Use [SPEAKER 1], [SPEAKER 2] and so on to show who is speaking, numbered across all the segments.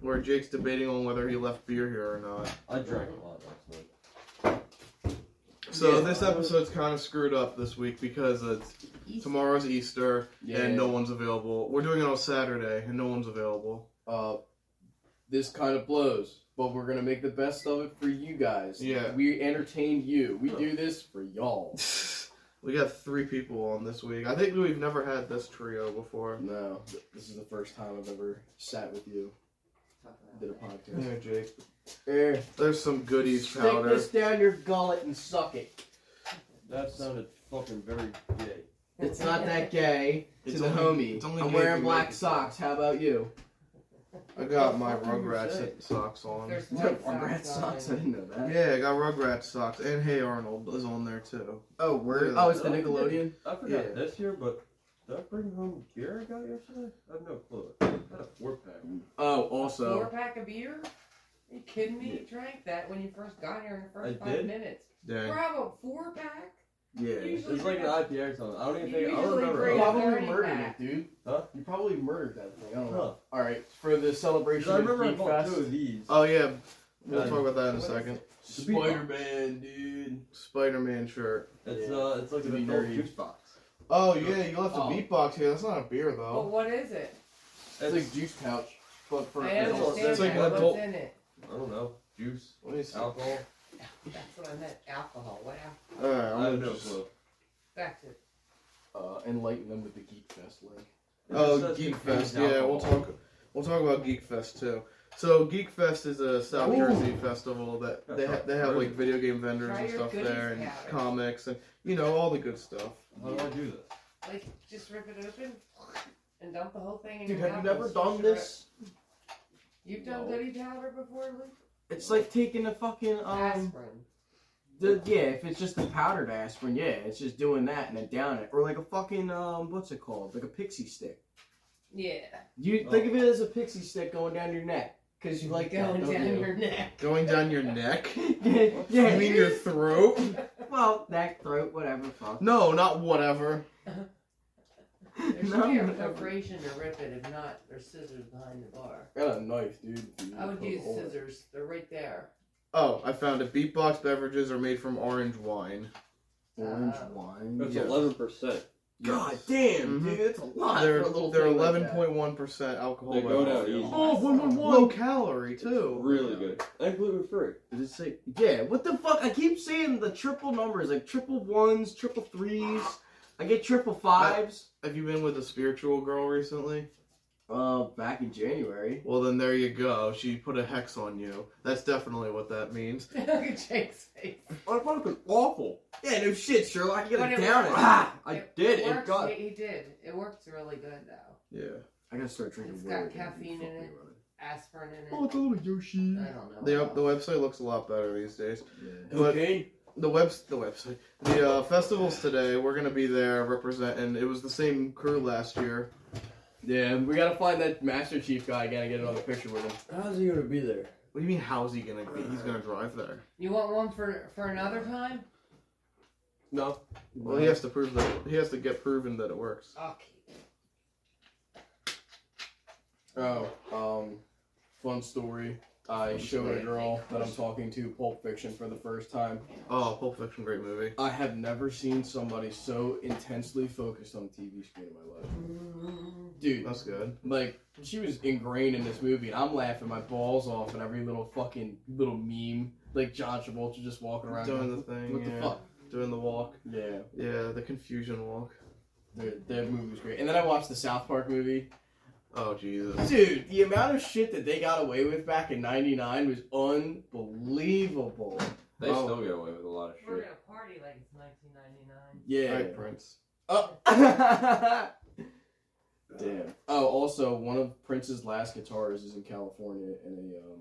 [SPEAKER 1] where Jake's debating on whether he left beer here or not.
[SPEAKER 2] I drank a lot last night.
[SPEAKER 1] So
[SPEAKER 3] Yeah.
[SPEAKER 1] this episode's kind of screwed up this week because it's tomorrow's Easter and no one's available. We're doing it on Saturday and no one's available.
[SPEAKER 3] uh, this kind of blows, but we're gonna make the best of it for you guys.
[SPEAKER 1] Yeah.
[SPEAKER 3] we entertain you. We do this for y'all.
[SPEAKER 1] we got three people on this week. I think we've never had this trio before.
[SPEAKER 3] No, th- this is the first time I've ever sat with you, did a podcast.
[SPEAKER 1] Here, Jake.
[SPEAKER 3] Here,
[SPEAKER 1] There's some goodies
[SPEAKER 3] stick
[SPEAKER 1] powder.
[SPEAKER 3] this down your gullet and suck it.
[SPEAKER 2] That sounded fucking very gay.
[SPEAKER 3] It's not that gay.
[SPEAKER 1] It's
[SPEAKER 3] to the
[SPEAKER 1] only-
[SPEAKER 3] homie.
[SPEAKER 1] it's only
[SPEAKER 3] I'm
[SPEAKER 1] gay if
[SPEAKER 3] wearing
[SPEAKER 1] you
[SPEAKER 3] black
[SPEAKER 1] make it.
[SPEAKER 3] socks. How about you?
[SPEAKER 1] I got my
[SPEAKER 4] What the fuck did you say?
[SPEAKER 1] Rugrats socks on.
[SPEAKER 4] There's
[SPEAKER 3] No,
[SPEAKER 4] white
[SPEAKER 3] Rugrats socks. I didn't know that.
[SPEAKER 1] Yeah, I got Rugrats socks and Hey Arnold is on there too.
[SPEAKER 3] Oh,
[SPEAKER 1] word.
[SPEAKER 3] Oh, it's the Nickelodeon.
[SPEAKER 2] I forgot
[SPEAKER 1] Yeah.
[SPEAKER 2] this year, but did I bring home gear I got yesterday? I have no clue. I had a four pack.
[SPEAKER 3] Oh,
[SPEAKER 4] Four
[SPEAKER 3] also.
[SPEAKER 4] pack of beer? you kidding me? You drank that when you first got here in the first
[SPEAKER 2] I
[SPEAKER 4] five
[SPEAKER 2] did?
[SPEAKER 4] minutes.
[SPEAKER 1] Dang.
[SPEAKER 4] Bravo, four pack?
[SPEAKER 3] Yeah.
[SPEAKER 4] You-
[SPEAKER 2] It was like an IPA or something. I don't even think I don't
[SPEAKER 4] Usually
[SPEAKER 2] remember.
[SPEAKER 4] bring-
[SPEAKER 2] it.
[SPEAKER 3] Probably
[SPEAKER 4] Thirty
[SPEAKER 3] murdered it,
[SPEAKER 4] pack.
[SPEAKER 3] dude.
[SPEAKER 2] Huh?
[SPEAKER 3] You probably murdered that thing. I don't know.
[SPEAKER 2] Huh.
[SPEAKER 3] All right, for the
[SPEAKER 2] 'Cause
[SPEAKER 3] celebration
[SPEAKER 2] I
[SPEAKER 3] of
[SPEAKER 2] remember I
[SPEAKER 3] Beat
[SPEAKER 2] bought two
[SPEAKER 3] Fest,
[SPEAKER 2] of these.
[SPEAKER 1] Oh yeah, we'll
[SPEAKER 2] Yeah.
[SPEAKER 1] talk about that in a
[SPEAKER 4] What is
[SPEAKER 1] second.
[SPEAKER 2] The beatbox.
[SPEAKER 3] Spider-Man, dude.
[SPEAKER 1] Spider-Man shirt.
[SPEAKER 2] It's
[SPEAKER 3] Yeah.
[SPEAKER 2] uh, it's like
[SPEAKER 3] To
[SPEAKER 2] an
[SPEAKER 3] be
[SPEAKER 2] adult
[SPEAKER 3] nerdy.
[SPEAKER 2] juice box.
[SPEAKER 1] Oh yeah, you left a
[SPEAKER 3] Oh.
[SPEAKER 1] beatbox here. That's not a beer
[SPEAKER 4] But
[SPEAKER 2] Oh.
[SPEAKER 1] though.
[SPEAKER 4] what is it?
[SPEAKER 3] It's
[SPEAKER 2] It's,
[SPEAKER 3] like juice pouch, but for
[SPEAKER 4] I
[SPEAKER 2] adults,
[SPEAKER 4] understand
[SPEAKER 2] it's like
[SPEAKER 4] that.
[SPEAKER 1] adult-
[SPEAKER 4] What's in it?
[SPEAKER 2] I don't know, juice,
[SPEAKER 1] Let me see.
[SPEAKER 2] alcohol.
[SPEAKER 4] That's what I meant. Alcohol. What alcohol?
[SPEAKER 1] All right, I'm
[SPEAKER 2] I have
[SPEAKER 1] gonna
[SPEAKER 2] no
[SPEAKER 1] just-
[SPEAKER 2] clue.
[SPEAKER 4] That's it.
[SPEAKER 3] uh, enlighten them with the Geek Fest link.
[SPEAKER 2] It just
[SPEAKER 1] Oh,
[SPEAKER 2] says
[SPEAKER 1] Geek
[SPEAKER 2] confused
[SPEAKER 1] Fest. Yeah, we'll
[SPEAKER 2] alcohol.
[SPEAKER 1] talk. We'll talk about Geek Fest too. So Geek Fest is a South
[SPEAKER 3] Ooh.
[SPEAKER 1] Jersey festival that they ha- they have like video game vendors
[SPEAKER 4] Try
[SPEAKER 1] and
[SPEAKER 4] your
[SPEAKER 1] stuff
[SPEAKER 4] goodies
[SPEAKER 1] there and
[SPEAKER 4] powder.
[SPEAKER 1] comics and you know all the good stuff.
[SPEAKER 2] How do I do this?
[SPEAKER 4] Like, just rip it open and dump the whole thing in
[SPEAKER 3] Dude,
[SPEAKER 4] your
[SPEAKER 3] have
[SPEAKER 4] mouth
[SPEAKER 3] you ever
[SPEAKER 4] and
[SPEAKER 3] done
[SPEAKER 4] swish it
[SPEAKER 3] this?
[SPEAKER 4] around. You've done
[SPEAKER 2] No.
[SPEAKER 4] goody powder before, Luke?
[SPEAKER 3] It's like taking a fucking um.
[SPEAKER 4] Aspirin.
[SPEAKER 3] The, yeah, if it's just the powdered aspirin, yeah, it's just doing that and then down it, or like a fucking um, what's it called? Like a pixie stick.
[SPEAKER 4] Yeah.
[SPEAKER 3] You think of it as a pixie stick going down your neck, cause you like that,
[SPEAKER 4] Going
[SPEAKER 3] don't
[SPEAKER 4] down
[SPEAKER 3] you?
[SPEAKER 4] your neck.
[SPEAKER 1] Going down your neck? You
[SPEAKER 3] yeah, yeah.
[SPEAKER 1] mean your throat?
[SPEAKER 3] well, neck, throat, whatever. Fuck.
[SPEAKER 1] No, not whatever.
[SPEAKER 4] There's
[SPEAKER 3] No,
[SPEAKER 4] no,
[SPEAKER 3] no.
[SPEAKER 4] preparation to rip it. If not, there's scissors behind the bar.
[SPEAKER 3] Got a knife, Oh, dude. if you
[SPEAKER 4] I would
[SPEAKER 3] need
[SPEAKER 4] use
[SPEAKER 3] Coca-Cola.
[SPEAKER 4] scissors. They're right there.
[SPEAKER 1] Oh, I found it. Beatbox beverages are made from orange wine.
[SPEAKER 3] Orange
[SPEAKER 4] Uh,
[SPEAKER 3] wine.
[SPEAKER 1] That's Yeah.
[SPEAKER 2] percent.
[SPEAKER 3] God damn,
[SPEAKER 1] Mhm.
[SPEAKER 3] dude, that's a lot.
[SPEAKER 1] They're
[SPEAKER 3] for a little
[SPEAKER 1] they're
[SPEAKER 3] thing like
[SPEAKER 1] eleven
[SPEAKER 3] that.
[SPEAKER 1] point one percent alcohol.
[SPEAKER 2] They
[SPEAKER 1] by
[SPEAKER 2] go down
[SPEAKER 1] volume.
[SPEAKER 2] easy.
[SPEAKER 3] Oh, one, one, one.
[SPEAKER 1] Low calorie too.
[SPEAKER 2] and gluten free.
[SPEAKER 3] Did it say? Yeah. What the fuck? I keep saying the triple numbers, like triple ones, triple threes. I get triple fives.
[SPEAKER 1] Have you been with a spiritual girl recently?
[SPEAKER 3] Uh, back in January.
[SPEAKER 1] Well, then there you go. She put a hex on you. That's definitely what that means.
[SPEAKER 4] Look at Jake's face.
[SPEAKER 2] I fucking awful.
[SPEAKER 3] Yeah, no shit, Sherlock. You
[SPEAKER 4] But
[SPEAKER 3] gotta
[SPEAKER 4] it
[SPEAKER 3] down it.
[SPEAKER 4] works.
[SPEAKER 3] Ah, I
[SPEAKER 4] It
[SPEAKER 3] did. It
[SPEAKER 4] Works,
[SPEAKER 3] got.
[SPEAKER 4] he, he did. It worked really good though.
[SPEAKER 1] Yeah.
[SPEAKER 3] I gotta start drinking.
[SPEAKER 4] It's
[SPEAKER 3] water
[SPEAKER 4] got
[SPEAKER 3] again,
[SPEAKER 4] caffeine
[SPEAKER 3] dude.
[SPEAKER 4] in
[SPEAKER 3] Fuck
[SPEAKER 4] it.
[SPEAKER 3] me, brother.
[SPEAKER 4] Aspirin in it.
[SPEAKER 3] Oh, it's a little Yoshi.
[SPEAKER 4] I don't know.
[SPEAKER 1] The, the website looks a lot better these days.
[SPEAKER 3] Yeah.
[SPEAKER 1] But-
[SPEAKER 3] Okay.
[SPEAKER 1] The webs the website. The uh, festivals today. We're gonna be there representing. It was the same crew last year.
[SPEAKER 3] Yeah, we gotta find that Master Chief guy. Gotta get another picture with him.
[SPEAKER 2] How's he gonna be there?
[SPEAKER 1] What do you mean? How's he gonna be? He's gonna drive there.
[SPEAKER 4] You want one for for another time?
[SPEAKER 3] No.
[SPEAKER 1] Well, he has to prove that. He has to get proven that it works.
[SPEAKER 4] Okay.
[SPEAKER 3] Oh, um, fun story. I showed a girl that I'm talking to Pulp Fiction for the first time.
[SPEAKER 1] Oh, Pulp Fiction, great movie.
[SPEAKER 3] I have never seen somebody so intensely focused on a TV screen in my life. Dude,
[SPEAKER 1] That's good.
[SPEAKER 3] like, she was ingrained in this movie, and I'm laughing my balls off at every little fucking little meme. Like, John Travolta just walking around.
[SPEAKER 1] Doing the
[SPEAKER 3] going,
[SPEAKER 1] thing.
[SPEAKER 3] what
[SPEAKER 1] yeah.
[SPEAKER 3] the fuck?
[SPEAKER 1] Doing the walk.
[SPEAKER 3] Yeah,
[SPEAKER 1] Yeah, the confusion walk.
[SPEAKER 3] the, the movie was great. And then I watched the South Park movie.
[SPEAKER 1] Oh Jesus.
[SPEAKER 3] Dude, the amount of shit that they got away with back in 99 was unbelievable.
[SPEAKER 2] They
[SPEAKER 1] Oh.
[SPEAKER 2] still get away with a lot of
[SPEAKER 4] We're
[SPEAKER 2] shit.
[SPEAKER 4] gonna party like it's 1999.
[SPEAKER 3] Yeah.
[SPEAKER 1] All right, Prince.
[SPEAKER 3] Oh. Damn. Oh, also, one of Prince's last guitars is in California in a, um,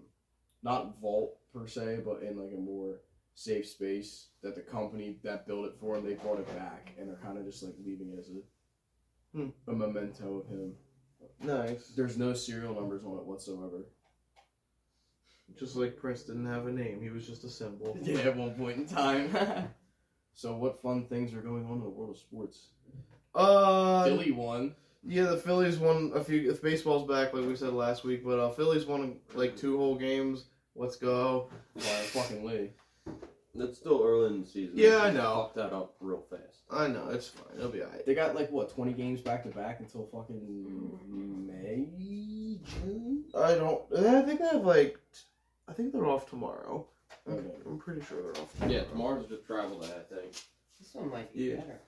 [SPEAKER 3] not vault per se, but in like a more safe space that the company that built it for him, they brought it back and they're kind of just like leaving it as a,
[SPEAKER 1] Hmm.
[SPEAKER 3] a memento of him.
[SPEAKER 1] Nice.
[SPEAKER 3] There's no serial numbers on it whatsoever.
[SPEAKER 1] Just like Prince didn't have a name, he was just a symbol.
[SPEAKER 3] Yeah, at one point in time. so, what fun things are going on in the world of sports?
[SPEAKER 1] Uh,
[SPEAKER 3] Philly won.
[SPEAKER 1] Yeah, the Phillies won a few. If baseball's back, like we said last week, but uh, Phillies won like two whole games. Let's go.
[SPEAKER 3] by fucking Lee.
[SPEAKER 2] It's still early in the season.
[SPEAKER 1] Yeah, I
[SPEAKER 2] They
[SPEAKER 1] know.
[SPEAKER 2] Fucked that up real fast.
[SPEAKER 1] I know it's fine. It'll be alright.
[SPEAKER 3] They got like what twenty games back to back until fucking May, June.
[SPEAKER 1] I don't. I think they have like. t- I think they're off tomorrow. I'm-
[SPEAKER 3] Okay.
[SPEAKER 1] I'm pretty sure they're off.
[SPEAKER 2] Yeah, tomorrow's the travel day, I think.
[SPEAKER 4] This one might be
[SPEAKER 1] Yeah.
[SPEAKER 4] better.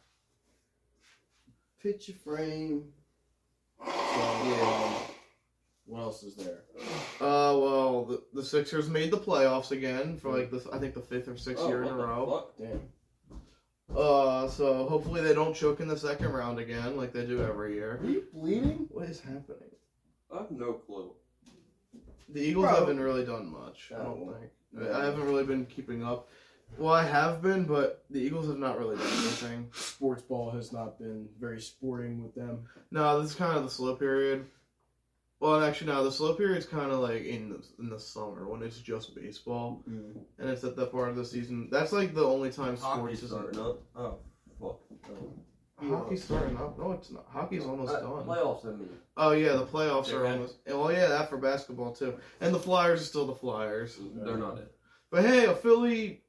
[SPEAKER 3] Picture frame. Yeah. What else is there?
[SPEAKER 1] Uh, well, the, the Sixers made the playoffs again for
[SPEAKER 3] Mm-hmm.
[SPEAKER 1] like the I think the fifth or sixth
[SPEAKER 3] Oh,
[SPEAKER 1] year in a
[SPEAKER 2] Oh, what the
[SPEAKER 1] row.
[SPEAKER 2] fuck?
[SPEAKER 3] Damn.
[SPEAKER 1] Uh, so hopefully they don't choke in the second round again like they do every year.
[SPEAKER 3] Are you bleeding?
[SPEAKER 1] What is happening?
[SPEAKER 2] I have no clue.
[SPEAKER 1] The Eagles
[SPEAKER 3] Bro.
[SPEAKER 1] haven't really done much. I don't
[SPEAKER 3] No.
[SPEAKER 1] think. I- I haven't really been keeping up. Well, I have been, but the Eagles have not really done anything.
[SPEAKER 3] Sports ball has not been very sporting with them.
[SPEAKER 1] No, this is kind of the slow period. Well, actually, no, the slow period's kind of like in the, in the summer when it's just baseball
[SPEAKER 2] Mm.
[SPEAKER 1] and it's at that part of the season. That's like the only time sports
[SPEAKER 2] Hockey's
[SPEAKER 1] is
[SPEAKER 2] starting up. Oh, fuck.
[SPEAKER 1] Hockey's starting up. No, it's not. Hockey's almost
[SPEAKER 2] Uh,
[SPEAKER 1] done.
[SPEAKER 2] Playoffs, I mean.
[SPEAKER 1] Oh yeah, the playoffs
[SPEAKER 2] They're
[SPEAKER 1] are
[SPEAKER 2] in.
[SPEAKER 1] almost. and, Well, yeah, that for basketball too. And the Flyers are still the Flyers.
[SPEAKER 2] They're not it.
[SPEAKER 1] But hey, a Philly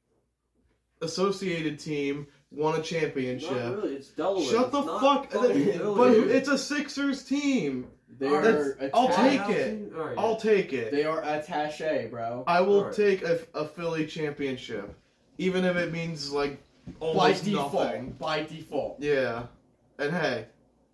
[SPEAKER 1] associated team won a championship.
[SPEAKER 2] Not really. It's Delaware.
[SPEAKER 1] Shut the
[SPEAKER 2] It's not
[SPEAKER 1] fuck.
[SPEAKER 2] fucking
[SPEAKER 1] But
[SPEAKER 2] Philly.
[SPEAKER 1] who- it's a Sixers team.
[SPEAKER 3] They
[SPEAKER 2] All right,
[SPEAKER 3] are.
[SPEAKER 1] I'll
[SPEAKER 3] atta-
[SPEAKER 1] take it.
[SPEAKER 2] All right.
[SPEAKER 1] I'll take it.
[SPEAKER 3] They are attache, bro.
[SPEAKER 1] I will
[SPEAKER 2] Alright.
[SPEAKER 1] take a, a Philly championship, even if it means like
[SPEAKER 3] By
[SPEAKER 1] almost
[SPEAKER 3] default.
[SPEAKER 1] nothing.
[SPEAKER 3] By default.
[SPEAKER 1] Yeah, and hey,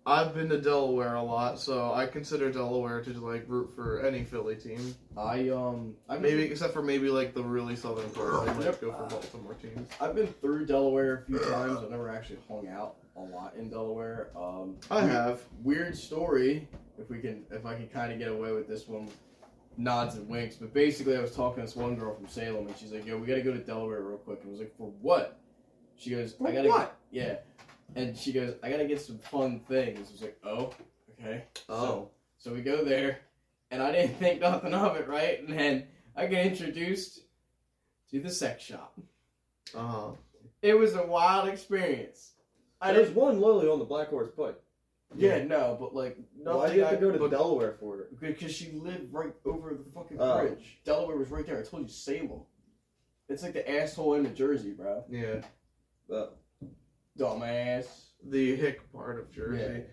[SPEAKER 1] I've been to Delaware a lot, so I consider Delaware to like root for any Philly team.
[SPEAKER 3] I um. I've been,
[SPEAKER 1] Maybe except for maybe like the really southern part, I might go for Baltimore teams.
[SPEAKER 3] I've been through Delaware a few times. I've never actually hung out a lot in Delaware. Um,
[SPEAKER 1] I have.
[SPEAKER 3] weird story if we can if i can kind of get away with this one nods and winks but basically i was talking to this one girl from salem and she's like yo we gotta go to delaware real quick and i was like for what she goes i gotta
[SPEAKER 1] what?
[SPEAKER 3] yeah and she goes i gotta get some fun things i was like oh okay
[SPEAKER 2] Oh.
[SPEAKER 3] so we go there and i didn't think nothing of it right and then i get introduced to the sex shop
[SPEAKER 1] Uh huh.
[SPEAKER 3] it was a wild experience i
[SPEAKER 2] There's
[SPEAKER 3] didn't
[SPEAKER 2] one literally on the Black Horse Pike.
[SPEAKER 3] yeah no but like nothing
[SPEAKER 2] Why do you have
[SPEAKER 3] I-
[SPEAKER 2] to go to
[SPEAKER 1] but-
[SPEAKER 2] Delaware for it?
[SPEAKER 3] Because she lived right over the fucking
[SPEAKER 2] Oh.
[SPEAKER 3] bridge. Delaware was right there. I told you, Salem. It's like the asshole in New Jersey, bro.
[SPEAKER 1] Yeah,
[SPEAKER 2] Oh,
[SPEAKER 3] Dumbass.
[SPEAKER 1] the hick part of
[SPEAKER 3] Yeah.
[SPEAKER 1] Jersey,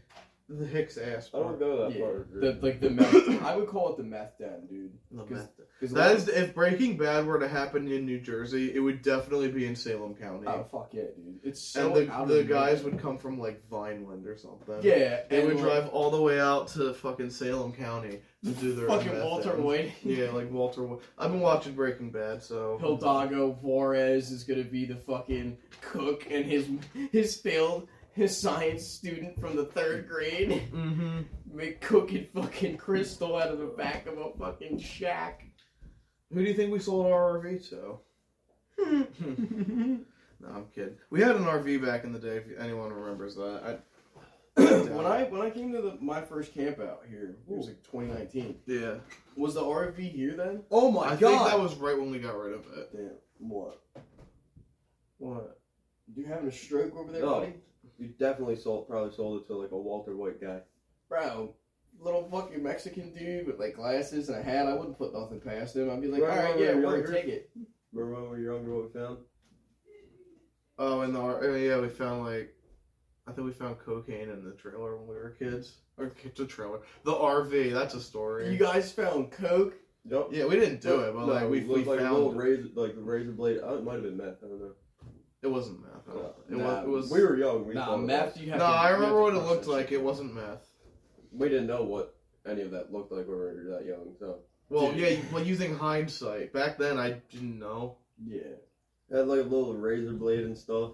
[SPEAKER 1] the Hicks ass
[SPEAKER 2] I don't
[SPEAKER 1] part.
[SPEAKER 2] go that
[SPEAKER 3] Yeah.
[SPEAKER 2] far.
[SPEAKER 3] The, like the meth. I would call it the meth den, dude.
[SPEAKER 1] The
[SPEAKER 3] 'Cause-
[SPEAKER 1] meth.
[SPEAKER 3] 'Cause
[SPEAKER 1] That
[SPEAKER 3] like-
[SPEAKER 1] is, if Breaking Bad were to happen in New Jersey, it would definitely be in Salem County.
[SPEAKER 3] Oh fuck yeah, dude. It's so
[SPEAKER 1] and the,
[SPEAKER 3] out
[SPEAKER 1] the
[SPEAKER 3] of
[SPEAKER 1] guys
[SPEAKER 3] nowhere.
[SPEAKER 1] would come from like Vineland or something.
[SPEAKER 3] Yeah,
[SPEAKER 1] They
[SPEAKER 3] and
[SPEAKER 1] would
[SPEAKER 3] like,
[SPEAKER 1] drive all the way out to fucking Salem County to do their
[SPEAKER 3] Fucking
[SPEAKER 1] meth
[SPEAKER 3] Walter
[SPEAKER 1] ends.
[SPEAKER 3] White.
[SPEAKER 1] Yeah, like Walter. Wa- I've been watching Breaking Bad, so
[SPEAKER 3] Hildago Juarez is gonna be the fucking cook, and his his failed his science student from the third grade
[SPEAKER 1] Mm-hmm.
[SPEAKER 3] make cooking fucking crystal out of the back of a fucking shack.
[SPEAKER 1] Who do you think we sold our RV to?
[SPEAKER 3] when
[SPEAKER 1] No, I'm kidding. We had an RV back in the day. If anyone remembers that,
[SPEAKER 2] Mm-hmm.
[SPEAKER 3] I when I came to the, my first camp out here, it was like 2019.
[SPEAKER 1] I, yeah.
[SPEAKER 3] Was the RV here then?
[SPEAKER 2] Oh my
[SPEAKER 1] I think that was right when we got rid of it.
[SPEAKER 3] Damn. What?
[SPEAKER 1] What?
[SPEAKER 3] You having a stroke over there,
[SPEAKER 2] No.
[SPEAKER 3] buddy?
[SPEAKER 2] You definitely sold, probably sold it to like a Walter White guy.
[SPEAKER 3] Bro, little fucking Mexican dude with like glasses and a hat. I wouldn't put nothing past him. I'd be like,
[SPEAKER 2] Right,
[SPEAKER 3] all right,
[SPEAKER 2] right,
[SPEAKER 3] yeah,
[SPEAKER 2] right,
[SPEAKER 3] we're
[SPEAKER 2] right.
[SPEAKER 3] gonna take it.
[SPEAKER 2] Remember when we were younger, what we found?
[SPEAKER 1] Oh, and the R- oh, yeah, we found like, I think we found cocaine in the trailer when we were kids. Or kids, the trailer, the RV. That's a story.
[SPEAKER 3] You guys found coke?
[SPEAKER 2] Yep.
[SPEAKER 1] yeah, we didn't do it, but
[SPEAKER 2] No,
[SPEAKER 1] like we,
[SPEAKER 2] it
[SPEAKER 1] we
[SPEAKER 2] looked like a
[SPEAKER 1] found
[SPEAKER 2] little razor, like razor blade. I, it might have been meth. I don't know.
[SPEAKER 1] it wasn't meth. I don't- Oh, It
[SPEAKER 3] Nah,
[SPEAKER 1] was. It was
[SPEAKER 2] We were young. We thought it was-
[SPEAKER 3] You
[SPEAKER 1] no, I remember what it looked like. It wasn't meth.
[SPEAKER 2] We didn't know what any of that looked like when we were that young. So
[SPEAKER 1] Well,
[SPEAKER 3] Dude.
[SPEAKER 1] yeah. you- Well, using hindsight, back then I didn't know.
[SPEAKER 3] Yeah.
[SPEAKER 2] it had like a little razor blade and stuff.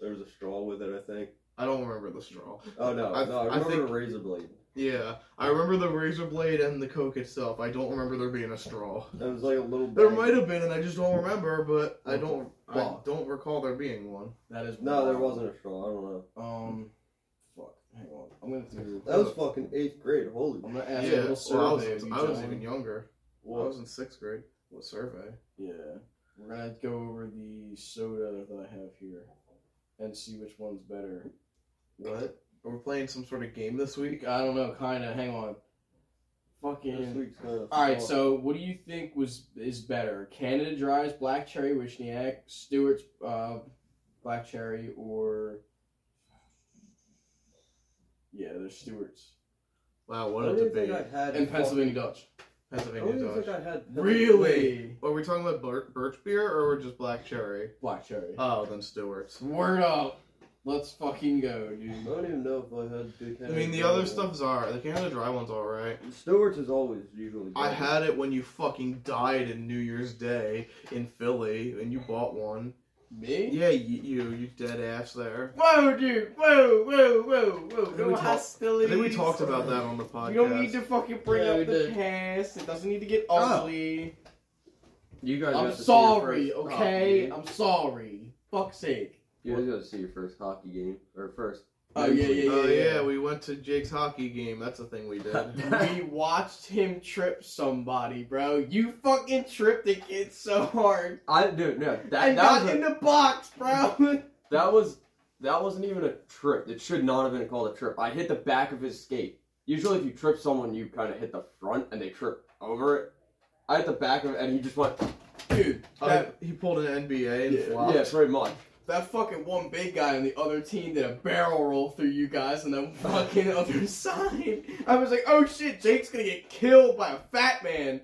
[SPEAKER 2] There was a straw with it, I think.
[SPEAKER 1] I don't remember the straw.
[SPEAKER 2] Oh no,
[SPEAKER 1] I-
[SPEAKER 2] no, I
[SPEAKER 1] I
[SPEAKER 2] remember
[SPEAKER 1] think-
[SPEAKER 2] a razor blade.
[SPEAKER 1] Yeah, I remember the razor blade and the coke itself. I don't remember there being a straw.
[SPEAKER 2] It was like a little.
[SPEAKER 1] There
[SPEAKER 2] bag.
[SPEAKER 1] might have been, and I just don't remember. But I don't, I
[SPEAKER 3] Well.
[SPEAKER 1] don't recall there being one.
[SPEAKER 3] That is
[SPEAKER 2] No, there
[SPEAKER 3] wild.
[SPEAKER 2] wasn't a straw. I don't know.
[SPEAKER 3] Um, fuck. Hang on. I'm gonna do.
[SPEAKER 2] That was fucking eighth grade. Holy.
[SPEAKER 3] I'm gonna
[SPEAKER 1] Yeah,
[SPEAKER 3] ask a little survey.
[SPEAKER 1] well, I
[SPEAKER 3] of
[SPEAKER 1] was,
[SPEAKER 3] you,
[SPEAKER 1] I was
[SPEAKER 3] John.
[SPEAKER 1] even younger. I
[SPEAKER 3] What?
[SPEAKER 1] was in sixth grade. What survey?
[SPEAKER 3] Yeah. We're gonna go over the soda that I have here and see which one's better.
[SPEAKER 1] What? We're playing some sort of game this week.
[SPEAKER 3] I don't know, kind of. Hang on.
[SPEAKER 2] This
[SPEAKER 3] Fucking.
[SPEAKER 2] week's gonna
[SPEAKER 3] All right.
[SPEAKER 2] fall.
[SPEAKER 3] So, what do you think was is better, Canada Dry's Black Cherry Wishniak, Stewart's uh, Black Cherry, or yeah, there's Stewart's
[SPEAKER 1] Wow,
[SPEAKER 2] I
[SPEAKER 1] what
[SPEAKER 3] Oh,
[SPEAKER 2] don't
[SPEAKER 1] a
[SPEAKER 2] even think
[SPEAKER 1] debate.
[SPEAKER 2] I had
[SPEAKER 3] and Pennsylvania Dutch.
[SPEAKER 2] I
[SPEAKER 3] oh,
[SPEAKER 1] Pennsylvania
[SPEAKER 2] don't even think
[SPEAKER 1] Dutch.
[SPEAKER 2] I had
[SPEAKER 1] Really? Are we talking about bir- birch beer or we're just black cherry?
[SPEAKER 3] Black Cherry.
[SPEAKER 1] Oh, then Stewart's.
[SPEAKER 3] Word up. Let's fucking go,
[SPEAKER 2] I
[SPEAKER 3] dude.
[SPEAKER 2] don't even know if I had. Big
[SPEAKER 1] I mean, the other stuff's alright. The Canada Dry one's alright.
[SPEAKER 2] Stewart's is always usually.
[SPEAKER 1] I
[SPEAKER 2] better.
[SPEAKER 1] had it when you fucking died in New Year's Day in Philly, and you bought one.
[SPEAKER 3] Me?
[SPEAKER 1] Yeah, you, you, you dead ass there.
[SPEAKER 3] Whoa, dude. Whoa, whoa, whoa, whoa.
[SPEAKER 1] think
[SPEAKER 3] No
[SPEAKER 1] we talked- I
[SPEAKER 3] hostilities.
[SPEAKER 1] think we talked about that on the podcast.
[SPEAKER 3] You don't need to fucking bring
[SPEAKER 2] Yeah, we
[SPEAKER 3] up the
[SPEAKER 2] did.
[SPEAKER 3] past. It doesn't need to get
[SPEAKER 1] Oh.
[SPEAKER 3] ugly.
[SPEAKER 5] You guys
[SPEAKER 3] I'm
[SPEAKER 5] got to see
[SPEAKER 3] sorry,
[SPEAKER 5] your first
[SPEAKER 3] okay?
[SPEAKER 5] hockey game.
[SPEAKER 3] I'm sorry. Fuck's sake.
[SPEAKER 5] You guys got to see your first hockey game or first.
[SPEAKER 3] Oh, yeah, yeah, yeah.
[SPEAKER 1] Oh yeah,
[SPEAKER 3] yeah.
[SPEAKER 1] we went to Jake's hockey game. That's the thing we did.
[SPEAKER 3] we watched him trip somebody, bro. You fucking tripped the kid so hard.
[SPEAKER 5] I dude no that
[SPEAKER 3] and
[SPEAKER 5] that
[SPEAKER 3] got
[SPEAKER 5] was, a-
[SPEAKER 3] in the box, bro.
[SPEAKER 5] that was that wasn't even a trip. It should not have been called a trip. I hit the back of his skate. Usually, if you trip someone, you kind of hit the front and they trip over it. I hit the back of it and he just went
[SPEAKER 3] Dude,
[SPEAKER 1] Uh,
[SPEAKER 3] that,
[SPEAKER 1] he pulled an NBA and
[SPEAKER 3] Yeah.
[SPEAKER 1] flopped.
[SPEAKER 5] yeah, pretty much.
[SPEAKER 3] that fucking one big guy on the other team did a barrel roll through you guys on the fucking other side. I was like, oh shit, Jake's gonna get killed by a fat man.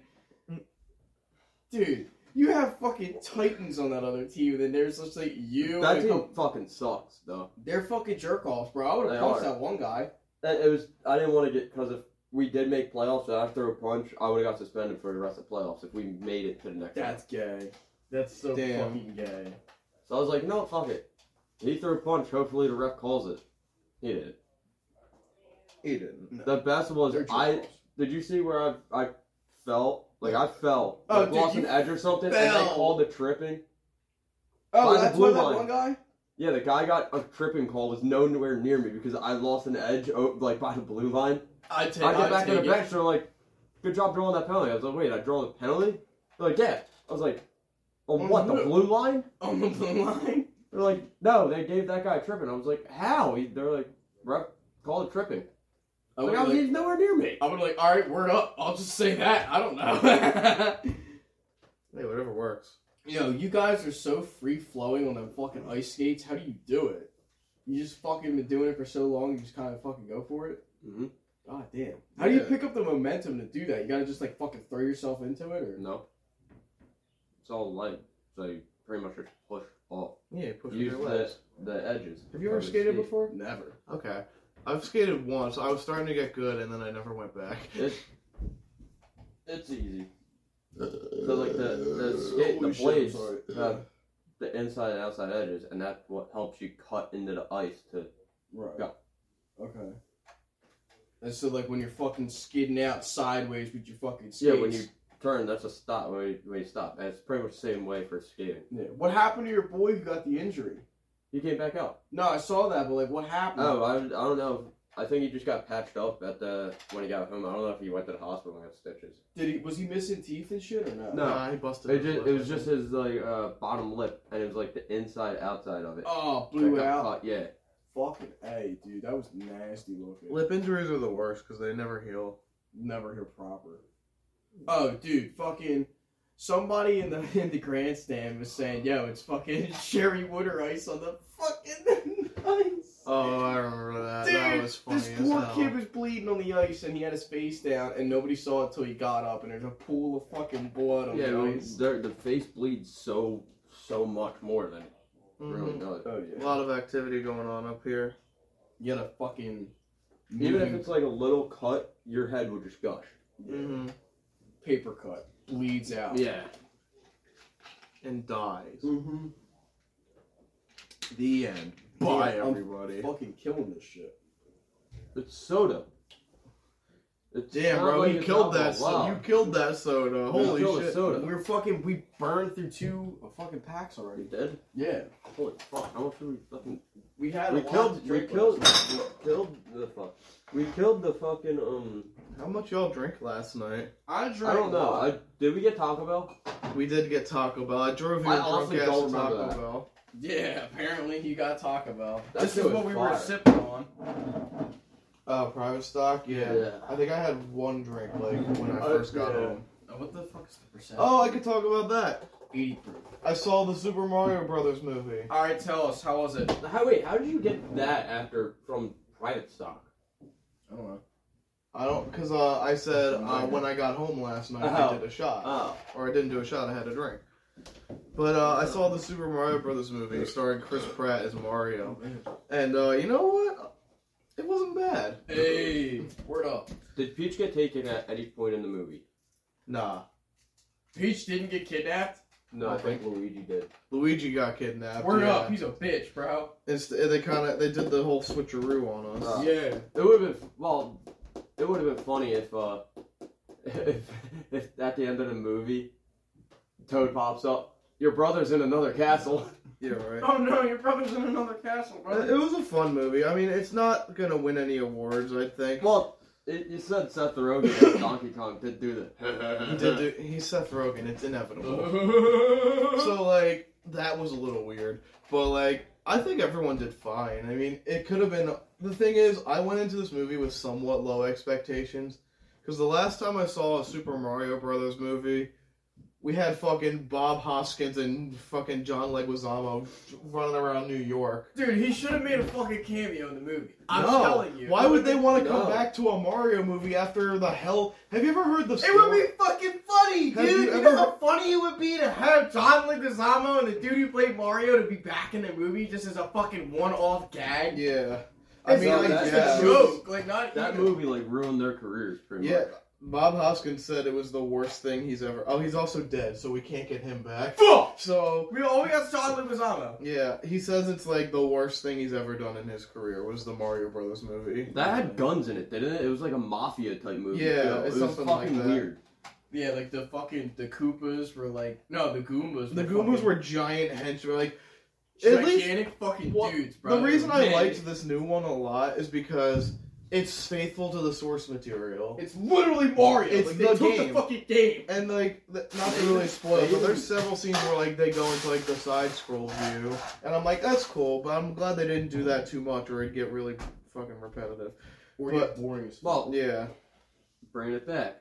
[SPEAKER 3] Dude, you have fucking titans on that other team, and then there's just like you.
[SPEAKER 5] That
[SPEAKER 3] and
[SPEAKER 5] team
[SPEAKER 3] com-
[SPEAKER 5] fucking sucks though.
[SPEAKER 3] they're fucking jerk offs, bro. I would
[SPEAKER 5] They
[SPEAKER 3] have punched
[SPEAKER 5] are.
[SPEAKER 3] that one guy.
[SPEAKER 5] It, it was I didn't want to get because if we did make playoffs and I threw a punch, I would have got suspended for the rest of playoffs if we made it to the next. round.
[SPEAKER 3] That's gay. That's so
[SPEAKER 1] Damn.
[SPEAKER 3] fucking gay.
[SPEAKER 5] So I was like, no, fuck it. He threw a punch. Hopefully the ref calls it. He did.
[SPEAKER 1] He didn't.
[SPEAKER 5] The best was
[SPEAKER 3] They're jerk
[SPEAKER 5] I.
[SPEAKER 3] offs.
[SPEAKER 5] Did you see where I I fell? Like I fell.
[SPEAKER 3] Oh,
[SPEAKER 5] Like
[SPEAKER 3] dude,
[SPEAKER 5] lost
[SPEAKER 3] you
[SPEAKER 5] an edge or something, and they
[SPEAKER 3] fell.
[SPEAKER 5] called the tripping.
[SPEAKER 3] Oh,
[SPEAKER 5] by the
[SPEAKER 3] that's
[SPEAKER 5] blue
[SPEAKER 3] why that
[SPEAKER 5] line.
[SPEAKER 3] one guy.
[SPEAKER 5] Yeah, the guy got a tripping call. Was nowhere near me because I lost an edge, oh, like by the blue line.
[SPEAKER 3] I take.
[SPEAKER 5] I get back to the
[SPEAKER 3] take it.
[SPEAKER 5] bench. They're like, "Good job drawing that penalty." I was like, "Wait, I draw the penalty?" They're like, "Yeah." I was like, "On
[SPEAKER 3] On
[SPEAKER 5] what? The
[SPEAKER 3] blue."
[SPEAKER 5] blue line?"
[SPEAKER 3] on the blue line.
[SPEAKER 5] They're like, "No, they gave that guy a tripping." I was like, "How?" He- They're like, "Ref, call it tripping."
[SPEAKER 3] I
[SPEAKER 5] Like,
[SPEAKER 3] would
[SPEAKER 5] I
[SPEAKER 3] have
[SPEAKER 5] was, he's nowhere near me.
[SPEAKER 3] like, all right, word up. I'll just say that. I don't know.
[SPEAKER 1] Hey, whatever works.
[SPEAKER 3] Yo, you guys are so free flowing on them fucking ice skates. How do you do it? You just fucking been doing it for so long. You just kind of fucking go for it.
[SPEAKER 5] Mhm.
[SPEAKER 3] God damn. How do you
[SPEAKER 1] Yeah.
[SPEAKER 3] pick up the momentum to do that? You gotta just like fucking throw yourself into it, or
[SPEAKER 5] No, it's all light, so you pretty much just push off.
[SPEAKER 1] Yeah, he pushed
[SPEAKER 5] Use
[SPEAKER 1] your legs.
[SPEAKER 5] the, the edges.
[SPEAKER 1] Have you ever
[SPEAKER 5] of the
[SPEAKER 1] skated
[SPEAKER 5] skate.
[SPEAKER 1] before?
[SPEAKER 3] never.
[SPEAKER 1] Okay, I've skated once. I was starting to get good, and then I never went back.
[SPEAKER 5] It's it's easy. So like the the skate, the
[SPEAKER 3] Holy shit, I'm
[SPEAKER 5] blades
[SPEAKER 3] Oh,
[SPEAKER 5] uh,
[SPEAKER 3] sorry.
[SPEAKER 5] have the inside and outside edges, and that's what helps you cut into the ice to.
[SPEAKER 3] Right.
[SPEAKER 5] No.
[SPEAKER 3] Okay. And so like when you're fucking skidding out sideways with your fucking skates.
[SPEAKER 5] Yeah, when you turn, that's a stop. When you, when you stop, and it's pretty much the same way for skating.
[SPEAKER 3] Yeah. What happened to your boy who got the injury?
[SPEAKER 5] He came back out.
[SPEAKER 3] No, I saw that, but like, what happened?
[SPEAKER 5] Oh, I, I don't know. I think he just got patched up at the when he got home. I don't know if he went to the hospital and got stitches.
[SPEAKER 3] Did he was he missing teeth and shit or no?
[SPEAKER 5] No.
[SPEAKER 1] Nah, he busted.
[SPEAKER 5] It
[SPEAKER 1] his
[SPEAKER 5] just
[SPEAKER 1] lip,
[SPEAKER 5] it was
[SPEAKER 1] I
[SPEAKER 5] just
[SPEAKER 1] think.
[SPEAKER 5] his like uh, bottom lip, and it was like the inside outside of it.
[SPEAKER 3] Oh, blew
[SPEAKER 5] That got
[SPEAKER 3] out.
[SPEAKER 5] cut, Yeah.
[SPEAKER 3] Fucking a, dude, that was nasty looking.
[SPEAKER 1] lip injuries are the worst because they never heal.
[SPEAKER 3] Never hear proper. Oh, dude, fucking somebody in the in the grandstand was saying, "Yo, it's fucking Sherry Wooder ice on the fucking ice."
[SPEAKER 1] Oh, I remember that.
[SPEAKER 3] Dude,
[SPEAKER 1] that was funny
[SPEAKER 3] this
[SPEAKER 1] as
[SPEAKER 3] poor
[SPEAKER 1] hell.
[SPEAKER 3] kid was bleeding on the ice and he had his face down and nobody saw it till he got up and there's a pool of fucking blood on
[SPEAKER 5] Yeah,
[SPEAKER 3] the
[SPEAKER 5] well,
[SPEAKER 3] ice.
[SPEAKER 5] their- the face bleeds so so much more than it really
[SPEAKER 1] Mhm.
[SPEAKER 5] does.
[SPEAKER 3] Oh
[SPEAKER 1] A
[SPEAKER 3] yeah,
[SPEAKER 1] lot of activity going on up here.
[SPEAKER 3] you had a fucking
[SPEAKER 5] Even if
[SPEAKER 3] moving
[SPEAKER 5] it's like a little cut, your head would just gush.
[SPEAKER 1] hmm
[SPEAKER 3] paper cut bleeds out.
[SPEAKER 5] Yeah.
[SPEAKER 1] And dies.
[SPEAKER 3] Mm-hmm.
[SPEAKER 1] The end. Bye,
[SPEAKER 3] Yeah, I'm
[SPEAKER 1] everybody.
[SPEAKER 3] Fucking killing this shit.
[SPEAKER 5] It's soda. It's
[SPEAKER 1] Damn,
[SPEAKER 5] not
[SPEAKER 1] bro,
[SPEAKER 5] like
[SPEAKER 1] you
[SPEAKER 5] it's
[SPEAKER 1] killed that.
[SPEAKER 5] alcohol.
[SPEAKER 1] So, you killed that soda.
[SPEAKER 5] No,
[SPEAKER 1] Holy
[SPEAKER 5] it was
[SPEAKER 1] shit!
[SPEAKER 5] soda.
[SPEAKER 3] We're fucking we burned through two fucking packs
[SPEAKER 5] You
[SPEAKER 3] already.
[SPEAKER 5] dead?
[SPEAKER 3] Yeah,
[SPEAKER 5] Holy fuck! How much did we fucking?
[SPEAKER 3] we had
[SPEAKER 5] We
[SPEAKER 3] a lot
[SPEAKER 5] killed.
[SPEAKER 3] to
[SPEAKER 5] We
[SPEAKER 3] drink
[SPEAKER 5] killed.
[SPEAKER 3] last
[SPEAKER 5] We killed the fuck. We killed the fucking um.
[SPEAKER 1] How much y'all drank last night?
[SPEAKER 3] night. I drank.
[SPEAKER 5] I don't
[SPEAKER 3] a
[SPEAKER 5] know.
[SPEAKER 3] lot.
[SPEAKER 5] I did we get Taco Bell?
[SPEAKER 1] We did get Taco Bell. I drove
[SPEAKER 5] I
[SPEAKER 1] here drunk
[SPEAKER 5] honestly
[SPEAKER 1] ass
[SPEAKER 5] don't
[SPEAKER 1] to
[SPEAKER 5] remember
[SPEAKER 1] Taco
[SPEAKER 5] that.
[SPEAKER 1] Bell.
[SPEAKER 3] Yeah, apparently you got Taco Bell.
[SPEAKER 5] That
[SPEAKER 3] This
[SPEAKER 5] shit
[SPEAKER 3] is what
[SPEAKER 5] was
[SPEAKER 3] we were
[SPEAKER 5] fire.
[SPEAKER 3] sipping on.
[SPEAKER 1] Uh, private stock. Yeah. I think I had one drink like when I
[SPEAKER 5] Uh,
[SPEAKER 1] first got
[SPEAKER 5] yeah.
[SPEAKER 1] home.
[SPEAKER 3] Oh, what the fuck is the percent?
[SPEAKER 1] Oh, I could talk about that.
[SPEAKER 3] 80 proof.
[SPEAKER 1] I saw the Super Mario Brothers movie.
[SPEAKER 3] All right, tell us how was it?
[SPEAKER 5] How wait? How did you get that after from private stock?
[SPEAKER 3] I don't know.
[SPEAKER 1] I don't, cause uh, I said
[SPEAKER 5] Uh-huh.
[SPEAKER 1] uh, when I got home last night I
[SPEAKER 5] Oh.
[SPEAKER 1] did a shot,
[SPEAKER 5] Oh,
[SPEAKER 1] or I didn't do a shot, I had a drink. But uh, I saw the Super Mario Brothers movie starring Chris Pratt as Mario, and uh, you know what? It wasn't bad.
[SPEAKER 3] Hey, word up.
[SPEAKER 5] did Peach get taken at any point in the movie?
[SPEAKER 1] Nah,
[SPEAKER 3] Peach didn't get kidnapped.
[SPEAKER 5] No, I think Luigi did.
[SPEAKER 1] Luigi got kidnapped.
[SPEAKER 3] Word
[SPEAKER 1] yeah.
[SPEAKER 3] up. He's a bitch, bro.
[SPEAKER 1] It's, they kind of they did the whole switcheroo on us.
[SPEAKER 5] Uh.
[SPEAKER 3] Yeah.
[SPEAKER 5] It would have been well. It would have been funny if uh, if, if at the end of the movie, Toad pops up. Your brother's in another castle.
[SPEAKER 1] Yeah, right.
[SPEAKER 3] Oh no, your brother's in another castle,
[SPEAKER 1] Uh, It was a fun movie. I mean, it's not gonna win any awards, I think.
[SPEAKER 5] Well, it, you said Seth Rogen and Donkey Kong did do that.
[SPEAKER 1] He did. Do, he's Seth Rogen. It's inevitable. so like that was a little weird, but like I think everyone did fine. I mean, it could have been. The thing is, I went into this movie with somewhat low expectations because the last time I saw a Super Mario Brothers movie, we had fucking Bob Hoskins and fucking John Leguizamo running around New York.
[SPEAKER 3] Dude, he should have made a fucking cameo in the movie. I'm
[SPEAKER 1] No.
[SPEAKER 3] telling you.
[SPEAKER 1] Why would they want to come
[SPEAKER 5] No.
[SPEAKER 1] back to a Mario movie after the hell? Have you ever heard the?
[SPEAKER 3] It would be fucking funny,
[SPEAKER 1] Have
[SPEAKER 3] dude. You,
[SPEAKER 1] you ever-
[SPEAKER 3] know how funny it would be to have John Leguizamo and the dude who played Mario to be back in the movie just as a fucking one-off gag.
[SPEAKER 1] Yeah. I
[SPEAKER 3] It's
[SPEAKER 1] mean,
[SPEAKER 5] not
[SPEAKER 1] like,
[SPEAKER 5] that-
[SPEAKER 1] yeah.
[SPEAKER 3] It's a joke, like not
[SPEAKER 5] That
[SPEAKER 3] even-
[SPEAKER 5] movie like ruined their careers pretty
[SPEAKER 1] Yeah,
[SPEAKER 5] much.
[SPEAKER 1] Bob Hoskins said it was the worst thing he's ever. Oh, he's also dead, so we can't get him back.
[SPEAKER 3] Fuck.
[SPEAKER 1] So
[SPEAKER 3] We all we got is John Leguizamo.
[SPEAKER 1] yeah, he says it's like the worst thing he's ever done in his career was the Mario Brothers movie.
[SPEAKER 5] That had guns in it, didn't it? It was like a mafia type movie.
[SPEAKER 1] Yeah,
[SPEAKER 5] too.
[SPEAKER 1] it's
[SPEAKER 5] it was
[SPEAKER 1] something
[SPEAKER 5] fucking
[SPEAKER 1] like that.
[SPEAKER 5] weird.
[SPEAKER 3] Yeah, like the fucking the Koopas were like no, the Goombas.
[SPEAKER 1] The
[SPEAKER 3] fucking
[SPEAKER 1] Goombas were giant henchmen. Like at least-
[SPEAKER 3] gigantic fucking
[SPEAKER 1] what-
[SPEAKER 3] dudes, bro.
[SPEAKER 1] the reason I
[SPEAKER 3] Man,
[SPEAKER 1] liked this new one a lot is because it's faithful to the source material.
[SPEAKER 3] it's literally Mario.
[SPEAKER 1] It's
[SPEAKER 3] like,
[SPEAKER 1] the
[SPEAKER 3] they took
[SPEAKER 1] game.
[SPEAKER 3] the fucking game.
[SPEAKER 1] And like, th- not to really spoil, but there's several scenes where like they go into like the side scroll view, and I'm like, that's cool, but I'm glad they didn't do that too much, or it'd get really fucking repetitive.
[SPEAKER 3] Or
[SPEAKER 1] But-
[SPEAKER 3] get boring as fuck.
[SPEAKER 5] Well,
[SPEAKER 1] Yeah.
[SPEAKER 5] bringing it back.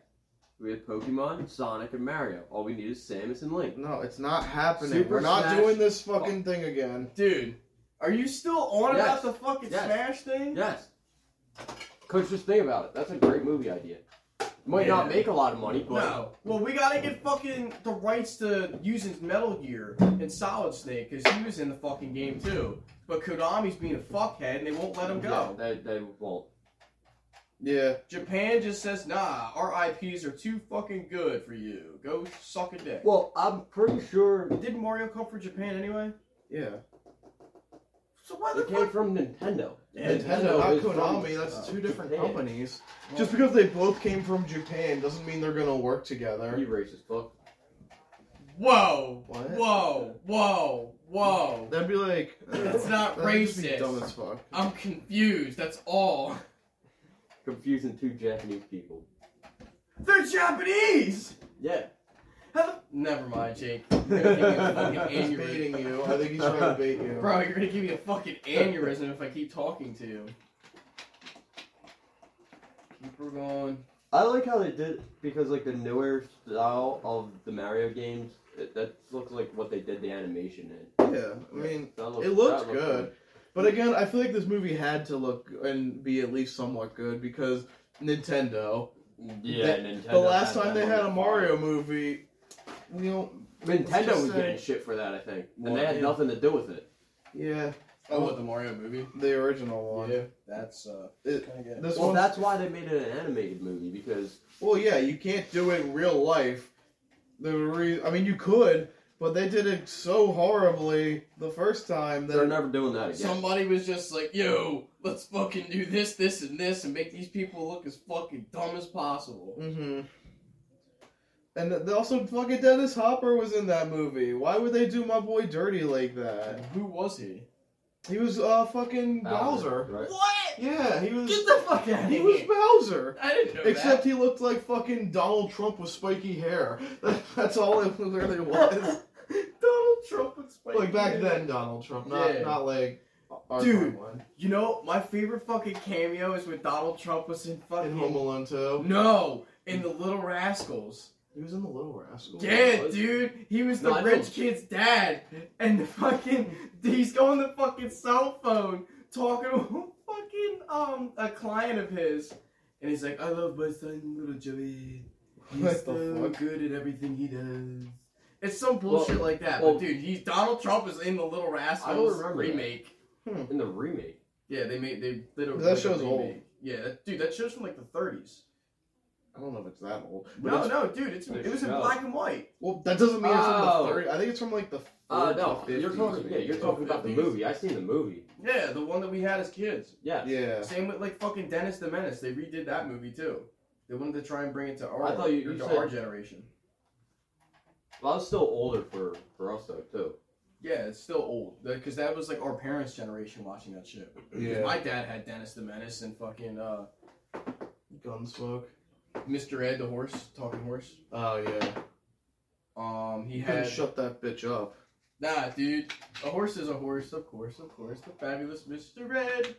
[SPEAKER 5] We had Pokemon, Sonic, and Mario. All we need is Samus and Link.
[SPEAKER 1] No, it's not happening.
[SPEAKER 5] Super
[SPEAKER 1] We're not
[SPEAKER 5] Smash-
[SPEAKER 1] doing this fucking thing again.
[SPEAKER 3] Dude, are you still on
[SPEAKER 5] Yes.
[SPEAKER 3] about the fucking
[SPEAKER 5] Yes.
[SPEAKER 3] Smash thing?
[SPEAKER 5] Yes. Coach, just think about it. That's a great movie idea. Might not
[SPEAKER 3] Yeah.
[SPEAKER 5] make a lot of money, but
[SPEAKER 3] No. Well, we gotta get fucking the rights to using Metal Gear and Solid Snake because he was in the fucking game too. But Konami's being a fuckhead and they won't let him
[SPEAKER 5] Yeah,
[SPEAKER 3] go.
[SPEAKER 5] they, they won't.
[SPEAKER 1] Yeah.
[SPEAKER 3] Japan just says, nah, our IPs are too fucking good for you. Go suck a dick.
[SPEAKER 5] Well, I'm pretty sure
[SPEAKER 3] Did Mario come from Japan anyway?
[SPEAKER 1] Yeah.
[SPEAKER 3] So why the
[SPEAKER 5] it came
[SPEAKER 3] fuck?
[SPEAKER 5] from Nintendo.
[SPEAKER 3] Yeah,
[SPEAKER 1] Nintendo, not
[SPEAKER 5] is from-
[SPEAKER 1] Konami. That's
[SPEAKER 5] uh,
[SPEAKER 1] two different
[SPEAKER 5] Japan.
[SPEAKER 1] companies. Just because they both came from Japan doesn't mean they're gonna work
[SPEAKER 5] You
[SPEAKER 1] together.
[SPEAKER 5] racist fuck.
[SPEAKER 3] Whoa!
[SPEAKER 1] What?
[SPEAKER 3] Whoa! Whoa! Whoa!
[SPEAKER 1] That'd be like. I don't
[SPEAKER 3] It's
[SPEAKER 1] know.
[SPEAKER 3] not
[SPEAKER 1] That'd just be
[SPEAKER 3] racist.
[SPEAKER 1] Dumb as fuck.
[SPEAKER 3] I'm confused. That's all.
[SPEAKER 5] Confusing two Japanese people.
[SPEAKER 3] They're Japanese.
[SPEAKER 5] Yeah.
[SPEAKER 3] How the- Never mind, Jake. You're gonna give me a fucking
[SPEAKER 5] He's
[SPEAKER 3] aneurysm.
[SPEAKER 1] He's baiting you. I think he's trying to bait you.
[SPEAKER 3] Bro, you're gonna give me a fucking aneurysm if I keep talking to you. Keep her going.
[SPEAKER 5] I like how they did because like the newer style of the Mario games, it, that looks like what they did the animation in.
[SPEAKER 1] Yeah. I mean,
[SPEAKER 5] That looked,
[SPEAKER 1] It looked
[SPEAKER 5] that
[SPEAKER 1] good. But again, I feel like this movie had to look and be at least somewhat good because Nintendo.
[SPEAKER 5] Yeah,
[SPEAKER 1] The-
[SPEAKER 5] Nintendo.
[SPEAKER 1] the last
[SPEAKER 5] had
[SPEAKER 1] time
[SPEAKER 5] that
[SPEAKER 1] they had a
[SPEAKER 5] on the
[SPEAKER 1] Mario movie, you know, Let's
[SPEAKER 5] Nintendo
[SPEAKER 1] just
[SPEAKER 5] was
[SPEAKER 1] say-
[SPEAKER 5] getting shit for that, I think, and
[SPEAKER 1] Well,
[SPEAKER 5] they had
[SPEAKER 1] yeah.
[SPEAKER 5] nothing to do with it.
[SPEAKER 1] yeah,
[SPEAKER 3] Oh, what, the Mario movie?
[SPEAKER 1] the original one.
[SPEAKER 3] That's, uh,
[SPEAKER 1] It-
[SPEAKER 3] kinda good.
[SPEAKER 1] This
[SPEAKER 5] Well,
[SPEAKER 1] one.
[SPEAKER 5] that's why they made it an animated movie because
[SPEAKER 1] Well, yeah, you can't do it in real life. The re- I mean, you could, but they did it so horribly the first time
[SPEAKER 5] they're
[SPEAKER 1] that
[SPEAKER 5] never doing that again.
[SPEAKER 3] Somebody was just like, yo, let's fucking do this, this, and this, and make these people look as fucking dumb as possible.
[SPEAKER 1] Mm-hmm. And th- also, fucking Dennis Hopper was in that movie. Why would they do my boy dirty like that?
[SPEAKER 3] Who was he?
[SPEAKER 1] He was uh fucking Bowser.
[SPEAKER 5] right?
[SPEAKER 3] What?
[SPEAKER 1] Yeah, he was.
[SPEAKER 3] Get the fuck out of
[SPEAKER 1] He
[SPEAKER 3] here.
[SPEAKER 1] was Bowser.
[SPEAKER 3] I didn't know
[SPEAKER 1] Except
[SPEAKER 3] that.
[SPEAKER 1] he looked like fucking Donald Trump with spiky hair. That, that's all it really was.
[SPEAKER 3] Donald
[SPEAKER 2] Trump and Spike
[SPEAKER 1] Like back
[SPEAKER 2] Lee.
[SPEAKER 1] then, Donald Trump, not
[SPEAKER 3] Yeah.
[SPEAKER 1] not like our
[SPEAKER 3] Dude.
[SPEAKER 1] timeline.
[SPEAKER 3] You know, my favorite fucking cameo is when Donald Trump was in fucking
[SPEAKER 1] in Home Alone too.
[SPEAKER 3] No, in the Little Rascals.
[SPEAKER 1] He was in the Little Rascals.
[SPEAKER 3] Yeah,
[SPEAKER 5] was?
[SPEAKER 3] dude, he was the
[SPEAKER 5] No, I
[SPEAKER 3] rich
[SPEAKER 5] know.
[SPEAKER 3] kid's dad, and the fucking he's on the fucking cell phone talking to fucking um a client of his, and he's like, "I love my son, little Joey. He's
[SPEAKER 1] What the
[SPEAKER 3] so
[SPEAKER 1] fuck?
[SPEAKER 3] good at everything he does." It's some bullshit like that,
[SPEAKER 5] well-
[SPEAKER 3] but dude, he's Donald Trump is in the Little Rascals
[SPEAKER 5] remember that.
[SPEAKER 3] remake.
[SPEAKER 5] in the remake.
[SPEAKER 3] Yeah, they made they literally
[SPEAKER 1] That show's old.
[SPEAKER 3] Yeah, that, dude, that show's from like the 30s.
[SPEAKER 1] I don't know if it's that old.
[SPEAKER 3] No, no, dude, it's
[SPEAKER 5] They
[SPEAKER 3] it was in
[SPEAKER 5] show.
[SPEAKER 3] black and white.
[SPEAKER 1] Well, that doesn't mean it's from
[SPEAKER 5] Oh.
[SPEAKER 1] the 30. I think it's from like the.
[SPEAKER 5] Uh,
[SPEAKER 1] 40s,
[SPEAKER 5] no,
[SPEAKER 1] 50s,
[SPEAKER 5] you're talking. Yeah,
[SPEAKER 1] maybe.
[SPEAKER 5] you're talking about the movie. I seen the movie.
[SPEAKER 3] Yeah, the one that we had as kids.
[SPEAKER 5] Yeah,
[SPEAKER 1] Yeah.
[SPEAKER 3] Same with like fucking Dennis the Menace. They redid that movie too. They wanted to try and bring it to our
[SPEAKER 5] I thought you-
[SPEAKER 3] or
[SPEAKER 5] you
[SPEAKER 3] to
[SPEAKER 5] said-
[SPEAKER 3] our generation.
[SPEAKER 5] well, I was still older for for us though too.
[SPEAKER 3] Yeah, it's still old because that was like our parents' generation watching that shit. 'Cause
[SPEAKER 1] Yeah.
[SPEAKER 3] My dad had Dennis the Menace and fucking uh,
[SPEAKER 1] Gunsmoke.
[SPEAKER 3] Mr. Ed the horse, talking horse.
[SPEAKER 1] Oh yeah.
[SPEAKER 3] Um, he
[SPEAKER 1] You couldn't
[SPEAKER 3] had
[SPEAKER 1] shut that bitch up.
[SPEAKER 3] nah, dude. A horse is a horse, of course, of course. The fabulous Mr. Ed.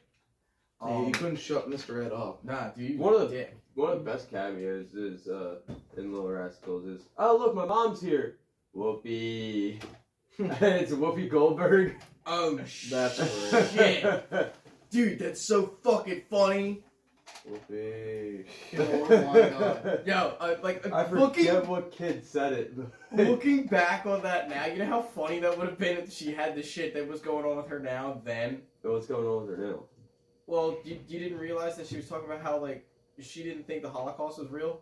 [SPEAKER 1] Yeah, you
[SPEAKER 3] Um,
[SPEAKER 1] couldn't shut Mr. Ed up.
[SPEAKER 3] nah, dude. you
[SPEAKER 5] One of the-
[SPEAKER 3] dick.
[SPEAKER 5] One of the best cameos is uh in Little Rascals is oh look my mom's here Whoopi. it's Whoopi Goldberg.
[SPEAKER 3] Oh
[SPEAKER 1] That's
[SPEAKER 3] shit. dude, that's so fucking funny.
[SPEAKER 1] Whoopee.
[SPEAKER 3] Oh my god. Yo, uh, like
[SPEAKER 5] I forget
[SPEAKER 3] looking
[SPEAKER 5] what kid said it.
[SPEAKER 3] looking back on that now, you know how funny that would have been if she had the shit that was going on with her now then.
[SPEAKER 5] But What's going on with her now?
[SPEAKER 3] Well, you, you didn't realize that she was talking about how like she didn't think the Holocaust was real.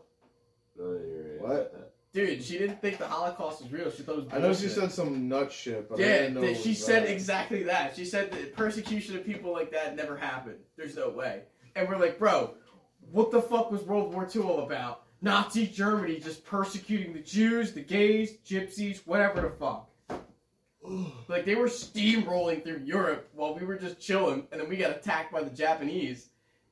[SPEAKER 5] No, you're right.
[SPEAKER 1] What?
[SPEAKER 3] Dude, she didn't think the Holocaust was real. She thought it was.
[SPEAKER 1] I know she
[SPEAKER 3] bullshit.
[SPEAKER 1] said some nut shit, but I
[SPEAKER 3] Yeah,
[SPEAKER 1] didn't know
[SPEAKER 3] that-
[SPEAKER 1] it
[SPEAKER 3] she
[SPEAKER 1] was
[SPEAKER 3] said
[SPEAKER 1] that.
[SPEAKER 3] exactly that. She said that persecution of people like that never happened. There's no way. And we're like, bro, what the fuck was World War II all about? Nazi Germany just persecuting the Jews, the gays, gypsies, whatever the fuck.
[SPEAKER 1] Oh,
[SPEAKER 3] Like they were steamrolling through Europe while we were just chilling, and then we got attacked by the Japanese,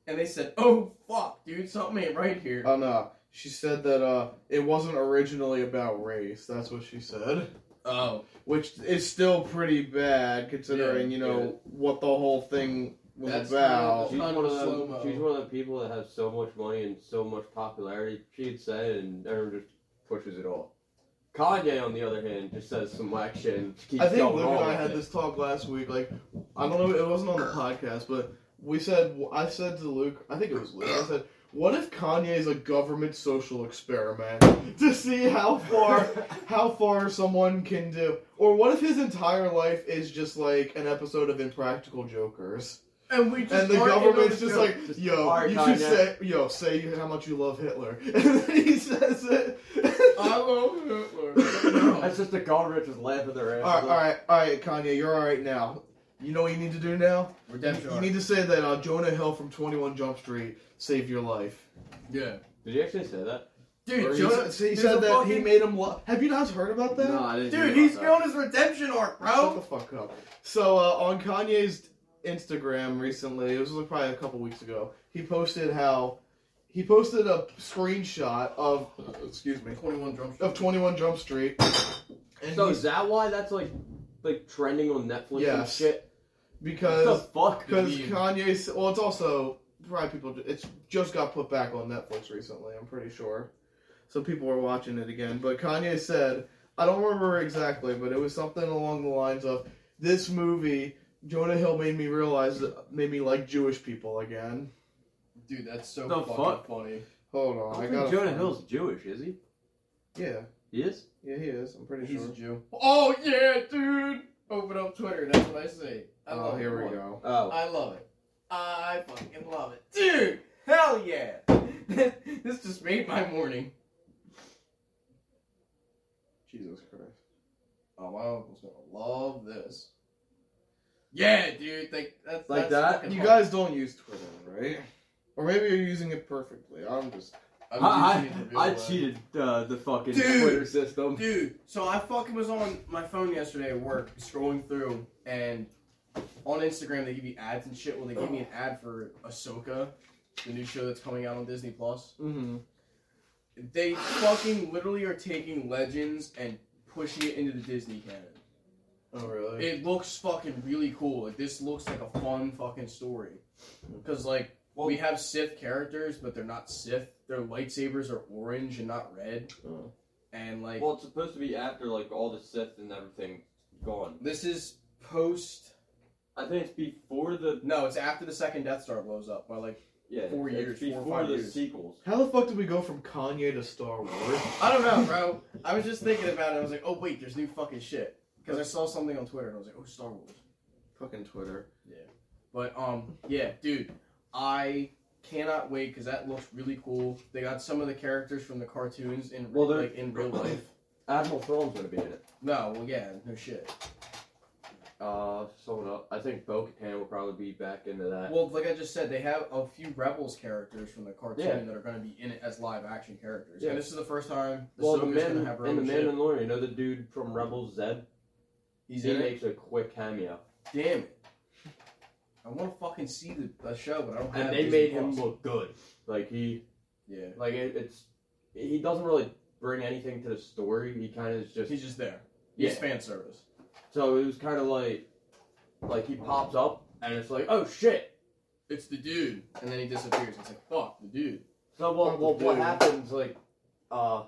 [SPEAKER 3] and they said, "Oh fuck, dude, something ain't right here."
[SPEAKER 1] Oh no. She said that uh, it wasn't originally about race. That's what she said,
[SPEAKER 3] Oh,
[SPEAKER 1] which is still pretty bad considering
[SPEAKER 3] Yeah,
[SPEAKER 1] you know
[SPEAKER 5] yeah.
[SPEAKER 1] what the whole thing was
[SPEAKER 3] That's
[SPEAKER 1] about.
[SPEAKER 5] She's
[SPEAKER 3] Kind
[SPEAKER 5] one,
[SPEAKER 3] of
[SPEAKER 5] of them,
[SPEAKER 3] slow-mo.
[SPEAKER 5] she's one of the people that have so much money and so much popularity. She'd say it and everyone just pushes it all. Kanye, on the other hand, just says some whack shit and just keeps
[SPEAKER 1] I think
[SPEAKER 5] going
[SPEAKER 1] Luke and
[SPEAKER 5] on
[SPEAKER 1] I
[SPEAKER 5] with
[SPEAKER 1] had
[SPEAKER 5] it.
[SPEAKER 1] this talk last week. Like, I don't know, it wasn't on the podcast, but we said, I said to Luke, I think it was Luke, I said, what if Kanye is a government social experiment to see how far how far someone can do, or what if his entire life is just like an episode of Impractical Jokers,
[SPEAKER 3] and we just
[SPEAKER 1] and the
[SPEAKER 3] aren't able
[SPEAKER 1] government's
[SPEAKER 3] to
[SPEAKER 1] just
[SPEAKER 3] do it.
[SPEAKER 1] like,
[SPEAKER 5] Just
[SPEAKER 1] yo,
[SPEAKER 5] fire
[SPEAKER 1] you
[SPEAKER 5] Kanye.
[SPEAKER 1] should say, yo, say how much you love Hitler, and then he says it.
[SPEAKER 3] "I love Hitler." No.
[SPEAKER 5] That's just the government just laughing their ass
[SPEAKER 1] All right,
[SPEAKER 5] off.
[SPEAKER 1] all right, all right, Kanye, you're all right now. You know what you need to do now?
[SPEAKER 3] Redemption
[SPEAKER 1] You
[SPEAKER 3] arc.
[SPEAKER 1] need to say that uh, Jonah Hill from 21 Jump Street saved your life.
[SPEAKER 3] Yeah.
[SPEAKER 5] Did you actually say that?
[SPEAKER 1] Or
[SPEAKER 3] Dude,
[SPEAKER 1] he
[SPEAKER 3] Jonah,
[SPEAKER 1] said, he
[SPEAKER 3] there's
[SPEAKER 1] said
[SPEAKER 3] a
[SPEAKER 1] that he
[SPEAKER 3] fucking-
[SPEAKER 1] made him love. Have you not heard about that?
[SPEAKER 5] I didn't.
[SPEAKER 3] Dude, he's going his redemption arc,
[SPEAKER 1] Shut the
[SPEAKER 3] bro.
[SPEAKER 1] fuck up. So uh, on Kanye's Instagram recently, it was like probably a couple weeks ago, he posted how he posted a screenshot of excuse me
[SPEAKER 3] 21 drum
[SPEAKER 1] of 21 Jump Street. And
[SPEAKER 5] So
[SPEAKER 1] he-
[SPEAKER 5] is that why that's like, like trending on Netflix and
[SPEAKER 1] Yes.
[SPEAKER 5] shit? What the
[SPEAKER 1] because
[SPEAKER 5] fuck?
[SPEAKER 1] Because
[SPEAKER 3] Indeed.
[SPEAKER 1] Kanye's well, it's also probably people. It's just got put back on Netflix recently. I'm pretty sure, so people are watching it again. But Kanye said, I don't remember exactly, but it was something along the lines of this movie. Jonah Hill made me realize that made me like Jewish people again.
[SPEAKER 3] Dude, that's so
[SPEAKER 5] The
[SPEAKER 3] fucking
[SPEAKER 5] fuck?
[SPEAKER 3] funny.
[SPEAKER 1] Hold
[SPEAKER 5] I
[SPEAKER 1] on, I,
[SPEAKER 5] don't
[SPEAKER 1] got
[SPEAKER 5] think Jonah Hill's Jewish, is he?
[SPEAKER 1] Yeah,
[SPEAKER 5] He is.
[SPEAKER 1] yeah, he is. I'm pretty
[SPEAKER 3] He's
[SPEAKER 1] sure.
[SPEAKER 3] a Jew. Oh yeah, dude. Open up Twitter. That's what I say. I
[SPEAKER 1] Oh,
[SPEAKER 3] love
[SPEAKER 1] here
[SPEAKER 3] it.
[SPEAKER 1] we go.
[SPEAKER 5] Oh,
[SPEAKER 3] I love it. I fucking love it, dude. Hell yeah. this just made my morning.
[SPEAKER 1] Jesus Christ.
[SPEAKER 3] Oh, my uncle's gonna love this. Yeah, dude. Like that's
[SPEAKER 5] Like
[SPEAKER 3] that's
[SPEAKER 5] that?
[SPEAKER 3] fucking
[SPEAKER 1] You
[SPEAKER 3] funny.
[SPEAKER 1] guys don't use Twitter, right? Or maybe you're using it perfectly. I'm just.
[SPEAKER 3] I'm
[SPEAKER 5] I,
[SPEAKER 3] using it the
[SPEAKER 5] I, I
[SPEAKER 3] real way.
[SPEAKER 5] cheated uh, the fucking
[SPEAKER 3] Dude.
[SPEAKER 5] Twitter system.
[SPEAKER 3] Dude, so I fucking was on my phone yesterday at work, scrolling through, and on Instagram they give you ads and shit. Well, they gave me an ad for Ahsoka, the new show that's coming out on Disney Plus.
[SPEAKER 1] Mm-hmm.
[SPEAKER 3] They fucking literally are taking Legends and pushing it into the Disney canon.
[SPEAKER 1] Oh really?
[SPEAKER 3] It looks fucking really cool. Like this looks like a fun fucking story. Because like
[SPEAKER 2] Well-
[SPEAKER 3] we have Sith characters, but they're not Sith. Their lightsabers are orange and not red.
[SPEAKER 1] Oh.
[SPEAKER 3] And like
[SPEAKER 2] Well, it's supposed to be after like all the Sith and everything gone.
[SPEAKER 3] this is post.
[SPEAKER 2] I think it's before the
[SPEAKER 3] No, it's after the second Death Star blows up by like
[SPEAKER 2] yeah
[SPEAKER 3] Four
[SPEAKER 2] it's
[SPEAKER 3] years, four
[SPEAKER 2] before
[SPEAKER 3] or five
[SPEAKER 2] the
[SPEAKER 3] years.
[SPEAKER 2] sequels.
[SPEAKER 1] How the fuck did we go from Kanye to Star Wars?
[SPEAKER 3] I don't know, bro. I was just thinking about it. I was like, oh wait, there's new fucking shit. Because I saw something on Twitter and I was like, oh Star Wars.
[SPEAKER 1] Fucking Twitter.
[SPEAKER 3] But um, yeah, dude, I cannot wait because that looks really cool. They got some of the characters from the cartoons in
[SPEAKER 5] Well, they're-
[SPEAKER 3] like in real life.
[SPEAKER 5] Admiral Thrawn's gonna be in it.
[SPEAKER 3] No, well, yeah, no shit.
[SPEAKER 5] Uh, someone else. I think Bo-Katan will probably be back into that.
[SPEAKER 3] Well, like I just said, they have a few Rebels characters from the cartoon
[SPEAKER 5] Yeah.
[SPEAKER 3] that are going to be in it as live action characters.
[SPEAKER 5] Yeah.
[SPEAKER 3] And this is the first time the
[SPEAKER 5] Well, the
[SPEAKER 3] going
[SPEAKER 5] man
[SPEAKER 3] to have her
[SPEAKER 5] in the
[SPEAKER 3] own ship.
[SPEAKER 5] Mandalorian, you know the dude from Rebels, Zed.
[SPEAKER 3] He's
[SPEAKER 5] he
[SPEAKER 3] in it.
[SPEAKER 5] makes a quick cameo,
[SPEAKER 3] Damn it. I want to fucking see the, the show, but I don't have
[SPEAKER 5] and they
[SPEAKER 3] Disney
[SPEAKER 5] made him
[SPEAKER 3] Plus.
[SPEAKER 5] look good. Like he,
[SPEAKER 3] Yeah.
[SPEAKER 5] like it, it's he doesn't really bring anything to the story. He kind of is just
[SPEAKER 3] He's just there.
[SPEAKER 5] yeah.
[SPEAKER 3] He's fan service.
[SPEAKER 5] So it was kind of like, like he pops up and it's like, oh shit.
[SPEAKER 3] It's the dude. And then he disappears. It's like, fuck, the dude.
[SPEAKER 5] So well,
[SPEAKER 1] Fuck
[SPEAKER 5] well
[SPEAKER 1] the
[SPEAKER 5] what
[SPEAKER 1] dude.
[SPEAKER 5] happens? Like, uh,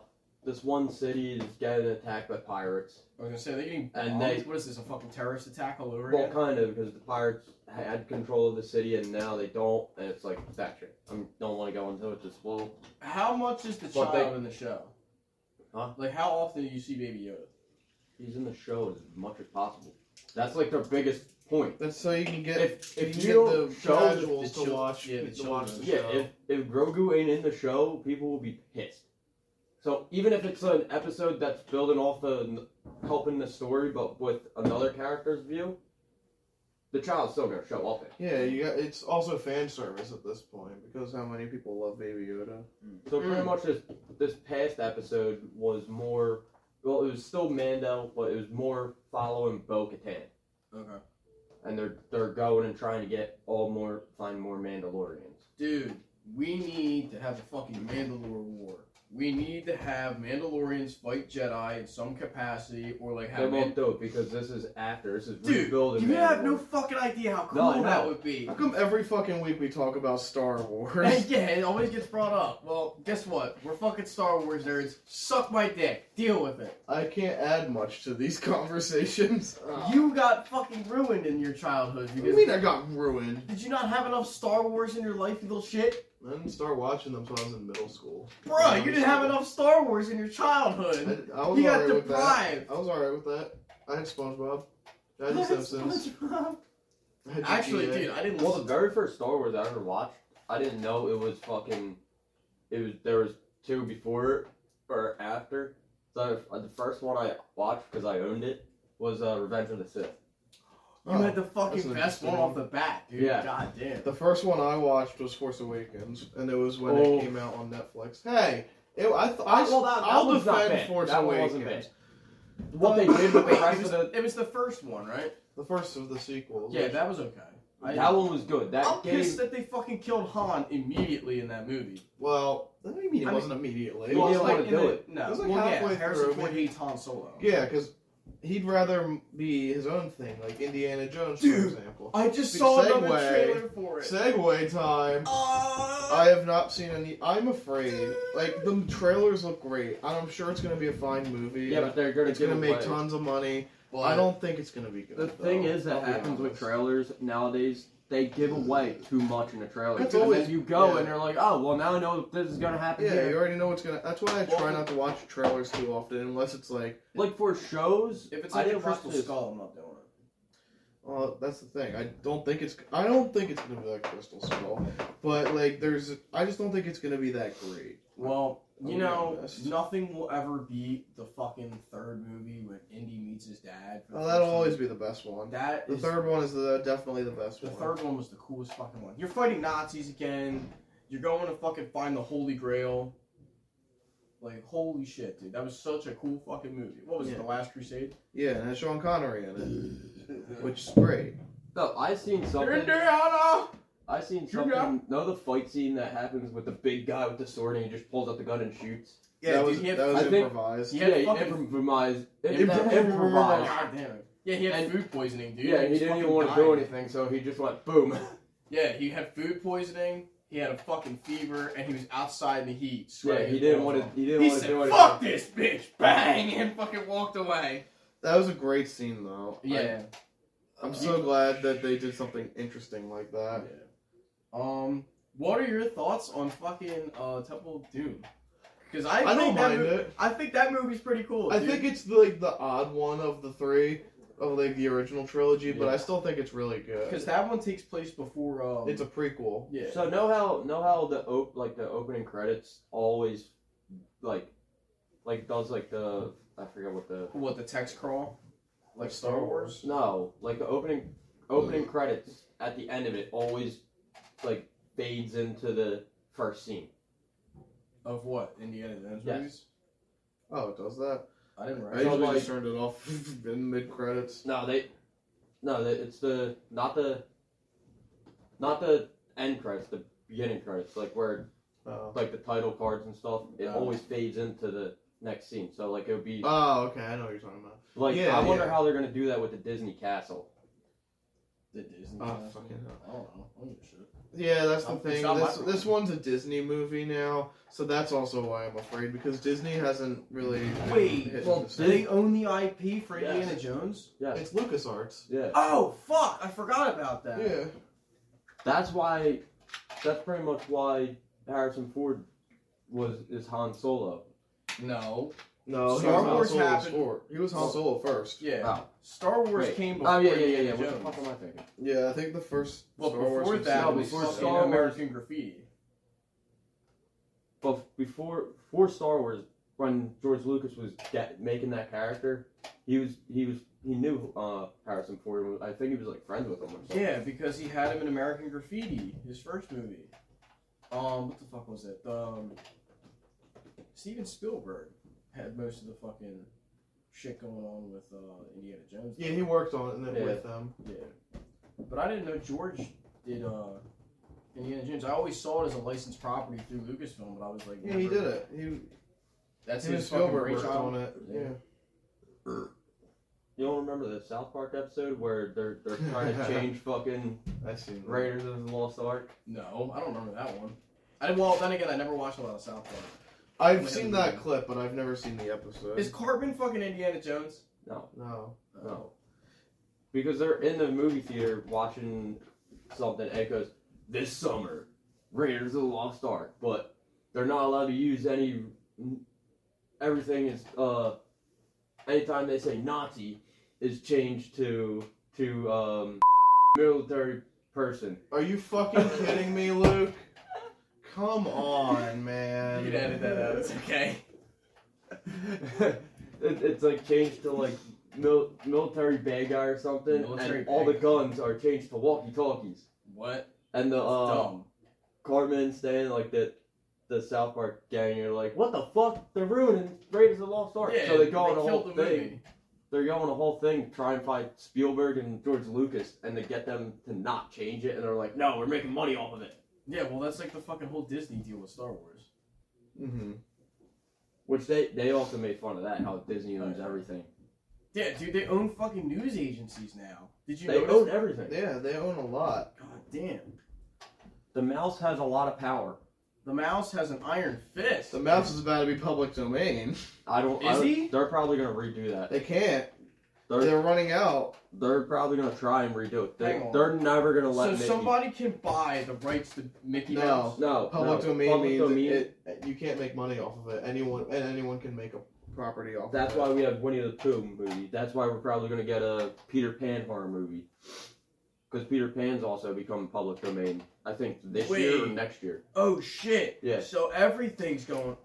[SPEAKER 5] this one city is getting attacked by pirates.
[SPEAKER 3] I was going to say, they're getting
[SPEAKER 5] And
[SPEAKER 3] bombed?
[SPEAKER 5] they-
[SPEAKER 3] What is this, a fucking terrorist attack all over
[SPEAKER 5] Well,
[SPEAKER 3] again?
[SPEAKER 5] kind of because the pirates had control of the city and now they don't, and it's like that shit. I don't want to go into it just well.
[SPEAKER 3] How much is the
[SPEAKER 5] Well,
[SPEAKER 3] child
[SPEAKER 5] they-
[SPEAKER 3] in the show?
[SPEAKER 5] Huh?
[SPEAKER 3] Like, how often do you see Baby Yoda?
[SPEAKER 5] He's in the show as much as possible. That's like their biggest point.
[SPEAKER 1] That's so you can get
[SPEAKER 5] If if
[SPEAKER 1] you
[SPEAKER 5] you
[SPEAKER 1] can
[SPEAKER 5] don't
[SPEAKER 1] get the
[SPEAKER 5] show,
[SPEAKER 3] the
[SPEAKER 1] casuals to
[SPEAKER 3] chil-
[SPEAKER 1] watch
[SPEAKER 3] yeah, the
[SPEAKER 1] to watch the
[SPEAKER 5] yeah,
[SPEAKER 1] show.
[SPEAKER 5] if if Grogu ain't in the show, people will be pissed. So even if it's an episode that's building off the helping the story, but with another character's view, the child's still gonna show up.
[SPEAKER 1] Yeah, you got, it's also fan service at this point because how many people love Baby Yoda?
[SPEAKER 5] So pretty
[SPEAKER 3] Mm.
[SPEAKER 5] much this this past episode was more well, it was still Mandel, but it was more following Bo Katan.
[SPEAKER 3] Okay.
[SPEAKER 5] And they're they're going and trying to get all more find more Mandalorians.
[SPEAKER 3] Dude, we need to have a fucking Mandalore war. We need to have Mandalorians fight Jedi in some capacity, or like
[SPEAKER 5] They
[SPEAKER 3] have. Man-
[SPEAKER 5] won't do it because this is after. This is
[SPEAKER 3] Dude,
[SPEAKER 5] rebuilding. Mandalore.
[SPEAKER 3] fucking idea how
[SPEAKER 5] No, I know.
[SPEAKER 3] that would be.
[SPEAKER 1] How come every fucking week we talk about Star Wars?
[SPEAKER 3] yeah, it always gets brought up. Well, guess what? We're fucking Star Wars nerds. Suck my dick. Deal with it.
[SPEAKER 1] I can't add much to these conversations.
[SPEAKER 3] You got fucking ruined in your childhood
[SPEAKER 1] What do
[SPEAKER 3] because.
[SPEAKER 1] you mean I got ruined?
[SPEAKER 3] did you not have enough Star Wars in your life, you little shit?
[SPEAKER 1] I didn't start watching them until I was in middle school.
[SPEAKER 3] Bruh, you didn't have enough Star Wars in your childhood.
[SPEAKER 1] I, I was
[SPEAKER 3] You got
[SPEAKER 1] alright with that.
[SPEAKER 3] deprived.
[SPEAKER 1] I was alright with that. I had SpongeBob. I had The Simpsons. I had
[SPEAKER 3] Actually,
[SPEAKER 1] GTA.
[SPEAKER 3] dude, I didn't.
[SPEAKER 5] Well,
[SPEAKER 3] listen
[SPEAKER 5] the very first Star Wars I ever watched, I didn't know it was fucking. It was there was two before it or after. So uh, the first one I watched because I owned it was uh, Revenge of the Sith.
[SPEAKER 3] You
[SPEAKER 1] Oh,
[SPEAKER 3] had the
[SPEAKER 1] that's
[SPEAKER 3] fucking
[SPEAKER 1] an
[SPEAKER 3] best
[SPEAKER 1] interesting
[SPEAKER 3] one off the bat, dude.
[SPEAKER 5] Yeah.
[SPEAKER 3] God damn.
[SPEAKER 1] The first one I watched was Force Awakens, and it was when
[SPEAKER 5] Oh.
[SPEAKER 1] it came out on Netflix. Hey, it, I th- I,
[SPEAKER 5] Ah, Well, that- that
[SPEAKER 1] I'll
[SPEAKER 5] one's not
[SPEAKER 1] defend
[SPEAKER 5] bad.
[SPEAKER 1] Force
[SPEAKER 5] That one
[SPEAKER 1] Awakens.
[SPEAKER 5] wasn't What they did with the
[SPEAKER 3] Wait,
[SPEAKER 5] rest
[SPEAKER 3] it,
[SPEAKER 5] of
[SPEAKER 3] was,
[SPEAKER 5] the
[SPEAKER 3] it was the first one, right?
[SPEAKER 1] The first of the sequels.
[SPEAKER 3] Yeah, that was okay. I-
[SPEAKER 5] that one was good. That
[SPEAKER 3] I'm
[SPEAKER 5] gave
[SPEAKER 3] pissed that they fucking killed Han immediately in that movie.
[SPEAKER 1] Well, what do you mean it
[SPEAKER 3] I mean-
[SPEAKER 1] wasn't immediately?
[SPEAKER 5] Well,
[SPEAKER 1] It
[SPEAKER 5] didn't
[SPEAKER 1] was like,
[SPEAKER 5] wanna do
[SPEAKER 3] in the-
[SPEAKER 5] it.
[SPEAKER 3] No,
[SPEAKER 1] It was like
[SPEAKER 3] well, yeah,
[SPEAKER 1] halfway
[SPEAKER 3] Harrison
[SPEAKER 1] through,
[SPEAKER 3] Ford
[SPEAKER 1] maybe.
[SPEAKER 3] hates Han Solo.
[SPEAKER 1] yeah, because he'd rather be his own thing, like Indiana Jones,
[SPEAKER 3] Dude.
[SPEAKER 1] for example.
[SPEAKER 3] I just
[SPEAKER 1] Big
[SPEAKER 3] saw another
[SPEAKER 1] segue.
[SPEAKER 3] trailer for it.
[SPEAKER 1] Segway time. I
[SPEAKER 3] Oh,
[SPEAKER 1] have not seen any. I'm afraid. Like the trailers look great, and I'm sure it's gonna be a fine movie.
[SPEAKER 5] yeah,
[SPEAKER 1] and
[SPEAKER 5] but they're gonna
[SPEAKER 1] it's gonna
[SPEAKER 5] give
[SPEAKER 1] make
[SPEAKER 5] away.
[SPEAKER 1] tons of money.
[SPEAKER 3] well,
[SPEAKER 1] I don't think it's gonna be good.
[SPEAKER 5] The
[SPEAKER 1] though,
[SPEAKER 5] thing is that
[SPEAKER 1] I'll be
[SPEAKER 5] happens with
[SPEAKER 1] honest.
[SPEAKER 5] trailers nowadays. They give away too much in a trailer.
[SPEAKER 1] That's
[SPEAKER 5] and
[SPEAKER 1] always-
[SPEAKER 5] then you go
[SPEAKER 1] yeah.
[SPEAKER 5] and they're like, oh well, now I know this is gonna happen.
[SPEAKER 1] Yeah,
[SPEAKER 5] here.
[SPEAKER 1] you already know what's gonna. That's why I
[SPEAKER 3] Well,
[SPEAKER 1] try not to watch trailers too often, unless it's like,
[SPEAKER 5] Like for shows,
[SPEAKER 3] If it's
[SPEAKER 5] I
[SPEAKER 3] like a
[SPEAKER 5] didn't watch
[SPEAKER 3] Crystal
[SPEAKER 5] this.
[SPEAKER 3] Skull, I'm not doing it.
[SPEAKER 1] oh, that's the thing. I don't think it's. I don't think it's gonna be like Crystal Skull, but like, there's. I just don't think it's gonna be that great.
[SPEAKER 3] Well, you
[SPEAKER 1] I'll be
[SPEAKER 3] know,
[SPEAKER 1] honest.
[SPEAKER 3] nothing will ever beat the fucking third movie when Indy meets his dad. for the
[SPEAKER 1] Well, that'll
[SPEAKER 3] first
[SPEAKER 1] always
[SPEAKER 3] time.
[SPEAKER 1] be the best one.
[SPEAKER 3] That
[SPEAKER 1] The
[SPEAKER 3] is
[SPEAKER 1] third one is the definitely the best
[SPEAKER 3] The
[SPEAKER 1] one.
[SPEAKER 3] third one was the coolest fucking one. You're fighting Nazis again. You're going to fucking find the Holy Grail. Like, holy shit, dude. That was such a cool fucking movie. What was
[SPEAKER 1] Yeah.
[SPEAKER 3] it, The Last Crusade?
[SPEAKER 1] Yeah, and it has Sean Connery in it, which is great.
[SPEAKER 5] No, I seen something.
[SPEAKER 3] Indiana!
[SPEAKER 5] I seen
[SPEAKER 3] Shoot it
[SPEAKER 5] something. Know the fight scene that happens with the big guy with the sword and he just pulls out the gun and shoots.
[SPEAKER 3] Yeah,
[SPEAKER 1] that
[SPEAKER 3] dude,
[SPEAKER 1] was
[SPEAKER 3] he had,
[SPEAKER 1] that was
[SPEAKER 5] I think-
[SPEAKER 1] improvised.
[SPEAKER 3] Yeah,
[SPEAKER 5] Yeah,
[SPEAKER 3] fucking-
[SPEAKER 5] improvised.
[SPEAKER 3] he had that-
[SPEAKER 5] Improvised.
[SPEAKER 3] God damn it. Yeah, he had
[SPEAKER 5] And-
[SPEAKER 3] food poisoning, dude.
[SPEAKER 5] yeah,
[SPEAKER 3] He
[SPEAKER 5] he
[SPEAKER 3] was
[SPEAKER 5] didn't even
[SPEAKER 3] fucking
[SPEAKER 5] want to
[SPEAKER 3] dying.
[SPEAKER 5] do anything, so he just went boom.
[SPEAKER 3] Yeah, he had food poisoning. He had a fucking fever, and he was outside in the heat.
[SPEAKER 5] yeah,
[SPEAKER 3] Sweating
[SPEAKER 5] he didn't
[SPEAKER 3] his
[SPEAKER 5] want to.
[SPEAKER 3] balls
[SPEAKER 5] He
[SPEAKER 3] off.
[SPEAKER 5] didn't
[SPEAKER 3] He
[SPEAKER 5] want to
[SPEAKER 3] said,
[SPEAKER 5] do anything.
[SPEAKER 3] "Fuck this bitch!" Bang, and fucking walked away.
[SPEAKER 1] That was a great scene, though. I-
[SPEAKER 3] Yeah.
[SPEAKER 1] I'm so glad that they did something interesting like that.
[SPEAKER 3] Um, what are your thoughts on fucking uh Temple of Doom? Because I,
[SPEAKER 1] I
[SPEAKER 3] think
[SPEAKER 1] don't
[SPEAKER 3] that
[SPEAKER 1] mind
[SPEAKER 3] mo-
[SPEAKER 1] it.
[SPEAKER 3] I think that movie's pretty cool.
[SPEAKER 1] I
[SPEAKER 3] dude.
[SPEAKER 1] think it's like the odd one of the three of like the original trilogy, but
[SPEAKER 5] Yeah.
[SPEAKER 1] I still think it's really good.
[SPEAKER 3] because that one takes place before. Um,
[SPEAKER 1] It's a prequel.
[SPEAKER 3] yeah.
[SPEAKER 5] So know how know how the op- like the opening credits always like like does like the I forget what the
[SPEAKER 3] what the text crawl, like Star
[SPEAKER 1] Star
[SPEAKER 3] Wars.
[SPEAKER 5] no like the opening
[SPEAKER 1] Mm.
[SPEAKER 5] opening credits at the end of it always like fades into the first scene.
[SPEAKER 3] Of what Indiana Jones
[SPEAKER 5] Yes.
[SPEAKER 3] movies?
[SPEAKER 1] Oh, it does that.
[SPEAKER 3] I didn't
[SPEAKER 1] I
[SPEAKER 3] write.
[SPEAKER 1] usually
[SPEAKER 5] like-
[SPEAKER 1] just turned it off in mid credits.
[SPEAKER 5] No, they no they, it's the not the not the end credits the beginning credits like where
[SPEAKER 1] Oh.
[SPEAKER 5] like the title cards and stuff it
[SPEAKER 3] Oh.
[SPEAKER 5] always fades into the next scene so like it would be
[SPEAKER 1] Oh, okay. I know what you're talking about.
[SPEAKER 5] like
[SPEAKER 1] yeah,
[SPEAKER 5] I wonder
[SPEAKER 1] yeah.
[SPEAKER 5] how they're gonna do that with the Disney castle.
[SPEAKER 3] The Disney.
[SPEAKER 1] Oh,
[SPEAKER 3] Channel.
[SPEAKER 1] fucking hell.
[SPEAKER 3] I don't know. I don't give a shit.
[SPEAKER 1] Yeah, that's the
[SPEAKER 3] It's
[SPEAKER 1] thing.
[SPEAKER 3] not my
[SPEAKER 1] This,
[SPEAKER 3] problem.
[SPEAKER 1] this one's a Disney movie now, so that's also why I'm afraid because Disney hasn't really. been hitting
[SPEAKER 3] Wait, well,
[SPEAKER 1] the
[SPEAKER 3] do they own the IP for
[SPEAKER 5] Yes.
[SPEAKER 3] Indiana Jones?
[SPEAKER 5] Yeah,
[SPEAKER 1] It's LucasArts.
[SPEAKER 5] yeah.
[SPEAKER 3] Oh fuck! I forgot about that.
[SPEAKER 1] Yeah.
[SPEAKER 5] That's why. That's pretty much why Harrison Ford was is Han Solo.
[SPEAKER 3] No.
[SPEAKER 1] No,
[SPEAKER 3] Star Wars
[SPEAKER 1] he was Han Solo
[SPEAKER 3] happened-
[SPEAKER 1] before. He was Han Solo first.
[SPEAKER 3] Yeah.
[SPEAKER 5] Oh.
[SPEAKER 3] Star Wars
[SPEAKER 5] Wait.
[SPEAKER 3] came before.
[SPEAKER 5] Oh yeah, yeah, yeah,
[SPEAKER 3] Indiana
[SPEAKER 5] yeah. What the
[SPEAKER 3] Jones.
[SPEAKER 5] fuck am I thinking?
[SPEAKER 1] Yeah, I think the first.
[SPEAKER 3] Well,
[SPEAKER 1] Star
[SPEAKER 3] before
[SPEAKER 1] Wars was
[SPEAKER 3] that,
[SPEAKER 5] No,
[SPEAKER 3] was
[SPEAKER 5] before
[SPEAKER 3] fucking
[SPEAKER 5] Star Wars-
[SPEAKER 3] American Graffiti.
[SPEAKER 5] But before before Star Wars, when George Lucas was get, making that character, he was he was he knew uh, Harrison Ford. I think he was like friends with him or something.
[SPEAKER 3] Yeah, because he had him in American Graffiti, his first movie. Um, what the fuck was it? Um, Steven Spielberg had most of the fucking shit going on with uh, Indiana Jones.
[SPEAKER 1] Yeah, he worked on it and then
[SPEAKER 5] Yeah.
[SPEAKER 1] with um, them.
[SPEAKER 3] Yeah. But I didn't know George did uh, Indiana Jones. I always saw it as a licensed property through Lucasfilm, but I was like,
[SPEAKER 1] Yeah, he
[SPEAKER 3] never-
[SPEAKER 1] did it. He,
[SPEAKER 3] That's
[SPEAKER 1] him and
[SPEAKER 3] his fucking
[SPEAKER 1] Spielberg worked
[SPEAKER 3] brainchild.
[SPEAKER 1] on it. Yeah.
[SPEAKER 3] Yeah.
[SPEAKER 5] You don't remember the South Park episode where they're they're trying to change fucking
[SPEAKER 1] I see.
[SPEAKER 5] Raiders of the Lost Ark?
[SPEAKER 3] No, I don't remember that one. I well, then again, I never watched a lot of South Park.
[SPEAKER 1] I've seen that clip, but I've never seen the episode.
[SPEAKER 3] Is Cartman fucking Indiana Jones?
[SPEAKER 5] No,
[SPEAKER 1] No.
[SPEAKER 5] no, because they're in the movie theater watching something. And it goes this summer, Raiders of the Lost Ark, but they're not allowed to use any. Everything is uh, anytime they say Nazi is changed to to um military person.
[SPEAKER 1] Are you fucking kidding me, Luke? Come on, man.
[SPEAKER 3] Oh. You can edit that out. It's okay.
[SPEAKER 5] it, it's like changed to like mil- military bad guy or something,
[SPEAKER 3] Military
[SPEAKER 5] and all the
[SPEAKER 3] bad
[SPEAKER 5] guns are changed to walkie talkies.
[SPEAKER 3] What?
[SPEAKER 5] And the
[SPEAKER 3] It's
[SPEAKER 5] uh,
[SPEAKER 3] dumb.
[SPEAKER 5] Cartman staying like the the South Park gang are like, what the fuck? They're ruining Raiders of the Lost Ark. so they go on a whole
[SPEAKER 3] killed
[SPEAKER 5] thing. They're going on a whole thing to try and find Spielberg and George Lucas and to get them to not change it. And they're like, no, we're making money off of it.
[SPEAKER 3] Yeah, well, that's like the fucking whole Disney deal with Star Wars.
[SPEAKER 1] hmm
[SPEAKER 5] Which they they also made fun of that how Disney owns
[SPEAKER 3] Oh, yeah.
[SPEAKER 5] everything.
[SPEAKER 3] Yeah, dude, they own fucking news agencies now. Did you
[SPEAKER 5] They
[SPEAKER 3] notice?
[SPEAKER 5] own everything.
[SPEAKER 1] Yeah, they own a lot.
[SPEAKER 3] God damn.
[SPEAKER 5] The mouse has a lot of power.
[SPEAKER 3] The mouse has an iron fist.
[SPEAKER 1] The mouse is about to be public domain.
[SPEAKER 5] I don't.
[SPEAKER 3] Is
[SPEAKER 5] I,
[SPEAKER 3] he?
[SPEAKER 5] They're probably gonna redo that.
[SPEAKER 1] They can't.
[SPEAKER 5] They're
[SPEAKER 1] They're running out.
[SPEAKER 5] they're probably gonna try and redo it. They,
[SPEAKER 3] Hang on.
[SPEAKER 5] they're never gonna let.
[SPEAKER 3] So
[SPEAKER 5] Mickey-
[SPEAKER 3] somebody can buy the rights to Mickey
[SPEAKER 1] No.
[SPEAKER 3] Mouse.
[SPEAKER 5] No.
[SPEAKER 1] Public
[SPEAKER 5] no.
[SPEAKER 1] domain
[SPEAKER 5] Public
[SPEAKER 1] means
[SPEAKER 5] domain.
[SPEAKER 1] It, you can't make money off of it. Anyone and anyone can make a property off.
[SPEAKER 5] That's
[SPEAKER 1] of it.
[SPEAKER 5] why we have Winnie the Pooh movie. That's why we're probably gonna get a Peter Pan horror movie. Because Peter Pan's also become public domain. I think this year or
[SPEAKER 3] Wait.
[SPEAKER 5] next year.
[SPEAKER 3] Oh shit.
[SPEAKER 5] Yeah.
[SPEAKER 3] So everything's going.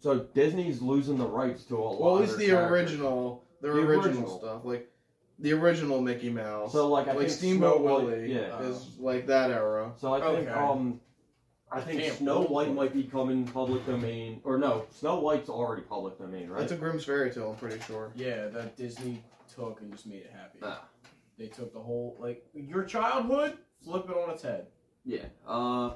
[SPEAKER 5] So Disney's losing the rights to a lot.
[SPEAKER 1] Well, at
[SPEAKER 5] of
[SPEAKER 1] least
[SPEAKER 5] their
[SPEAKER 1] the
[SPEAKER 5] characters.
[SPEAKER 1] original, the,
[SPEAKER 5] The
[SPEAKER 1] original,
[SPEAKER 5] original.
[SPEAKER 1] stuff, like the original Mickey Mouse,
[SPEAKER 5] So like I
[SPEAKER 1] like
[SPEAKER 5] think
[SPEAKER 1] Steamboat
[SPEAKER 5] Snow White-
[SPEAKER 1] Willie,
[SPEAKER 5] Yeah.
[SPEAKER 1] is like that era.
[SPEAKER 5] So I think
[SPEAKER 3] Okay.
[SPEAKER 5] um, I think
[SPEAKER 3] Damn.
[SPEAKER 5] Snow White might become in public domain, or no, Snow White's already public domain, right?
[SPEAKER 1] That's a Grimm's fairy tale. I'm pretty sure.
[SPEAKER 3] Yeah, that Disney took and just made it happy.
[SPEAKER 5] Ah.
[SPEAKER 3] They took the whole like your childhood, flip it on its head.
[SPEAKER 5] yeah. Uh,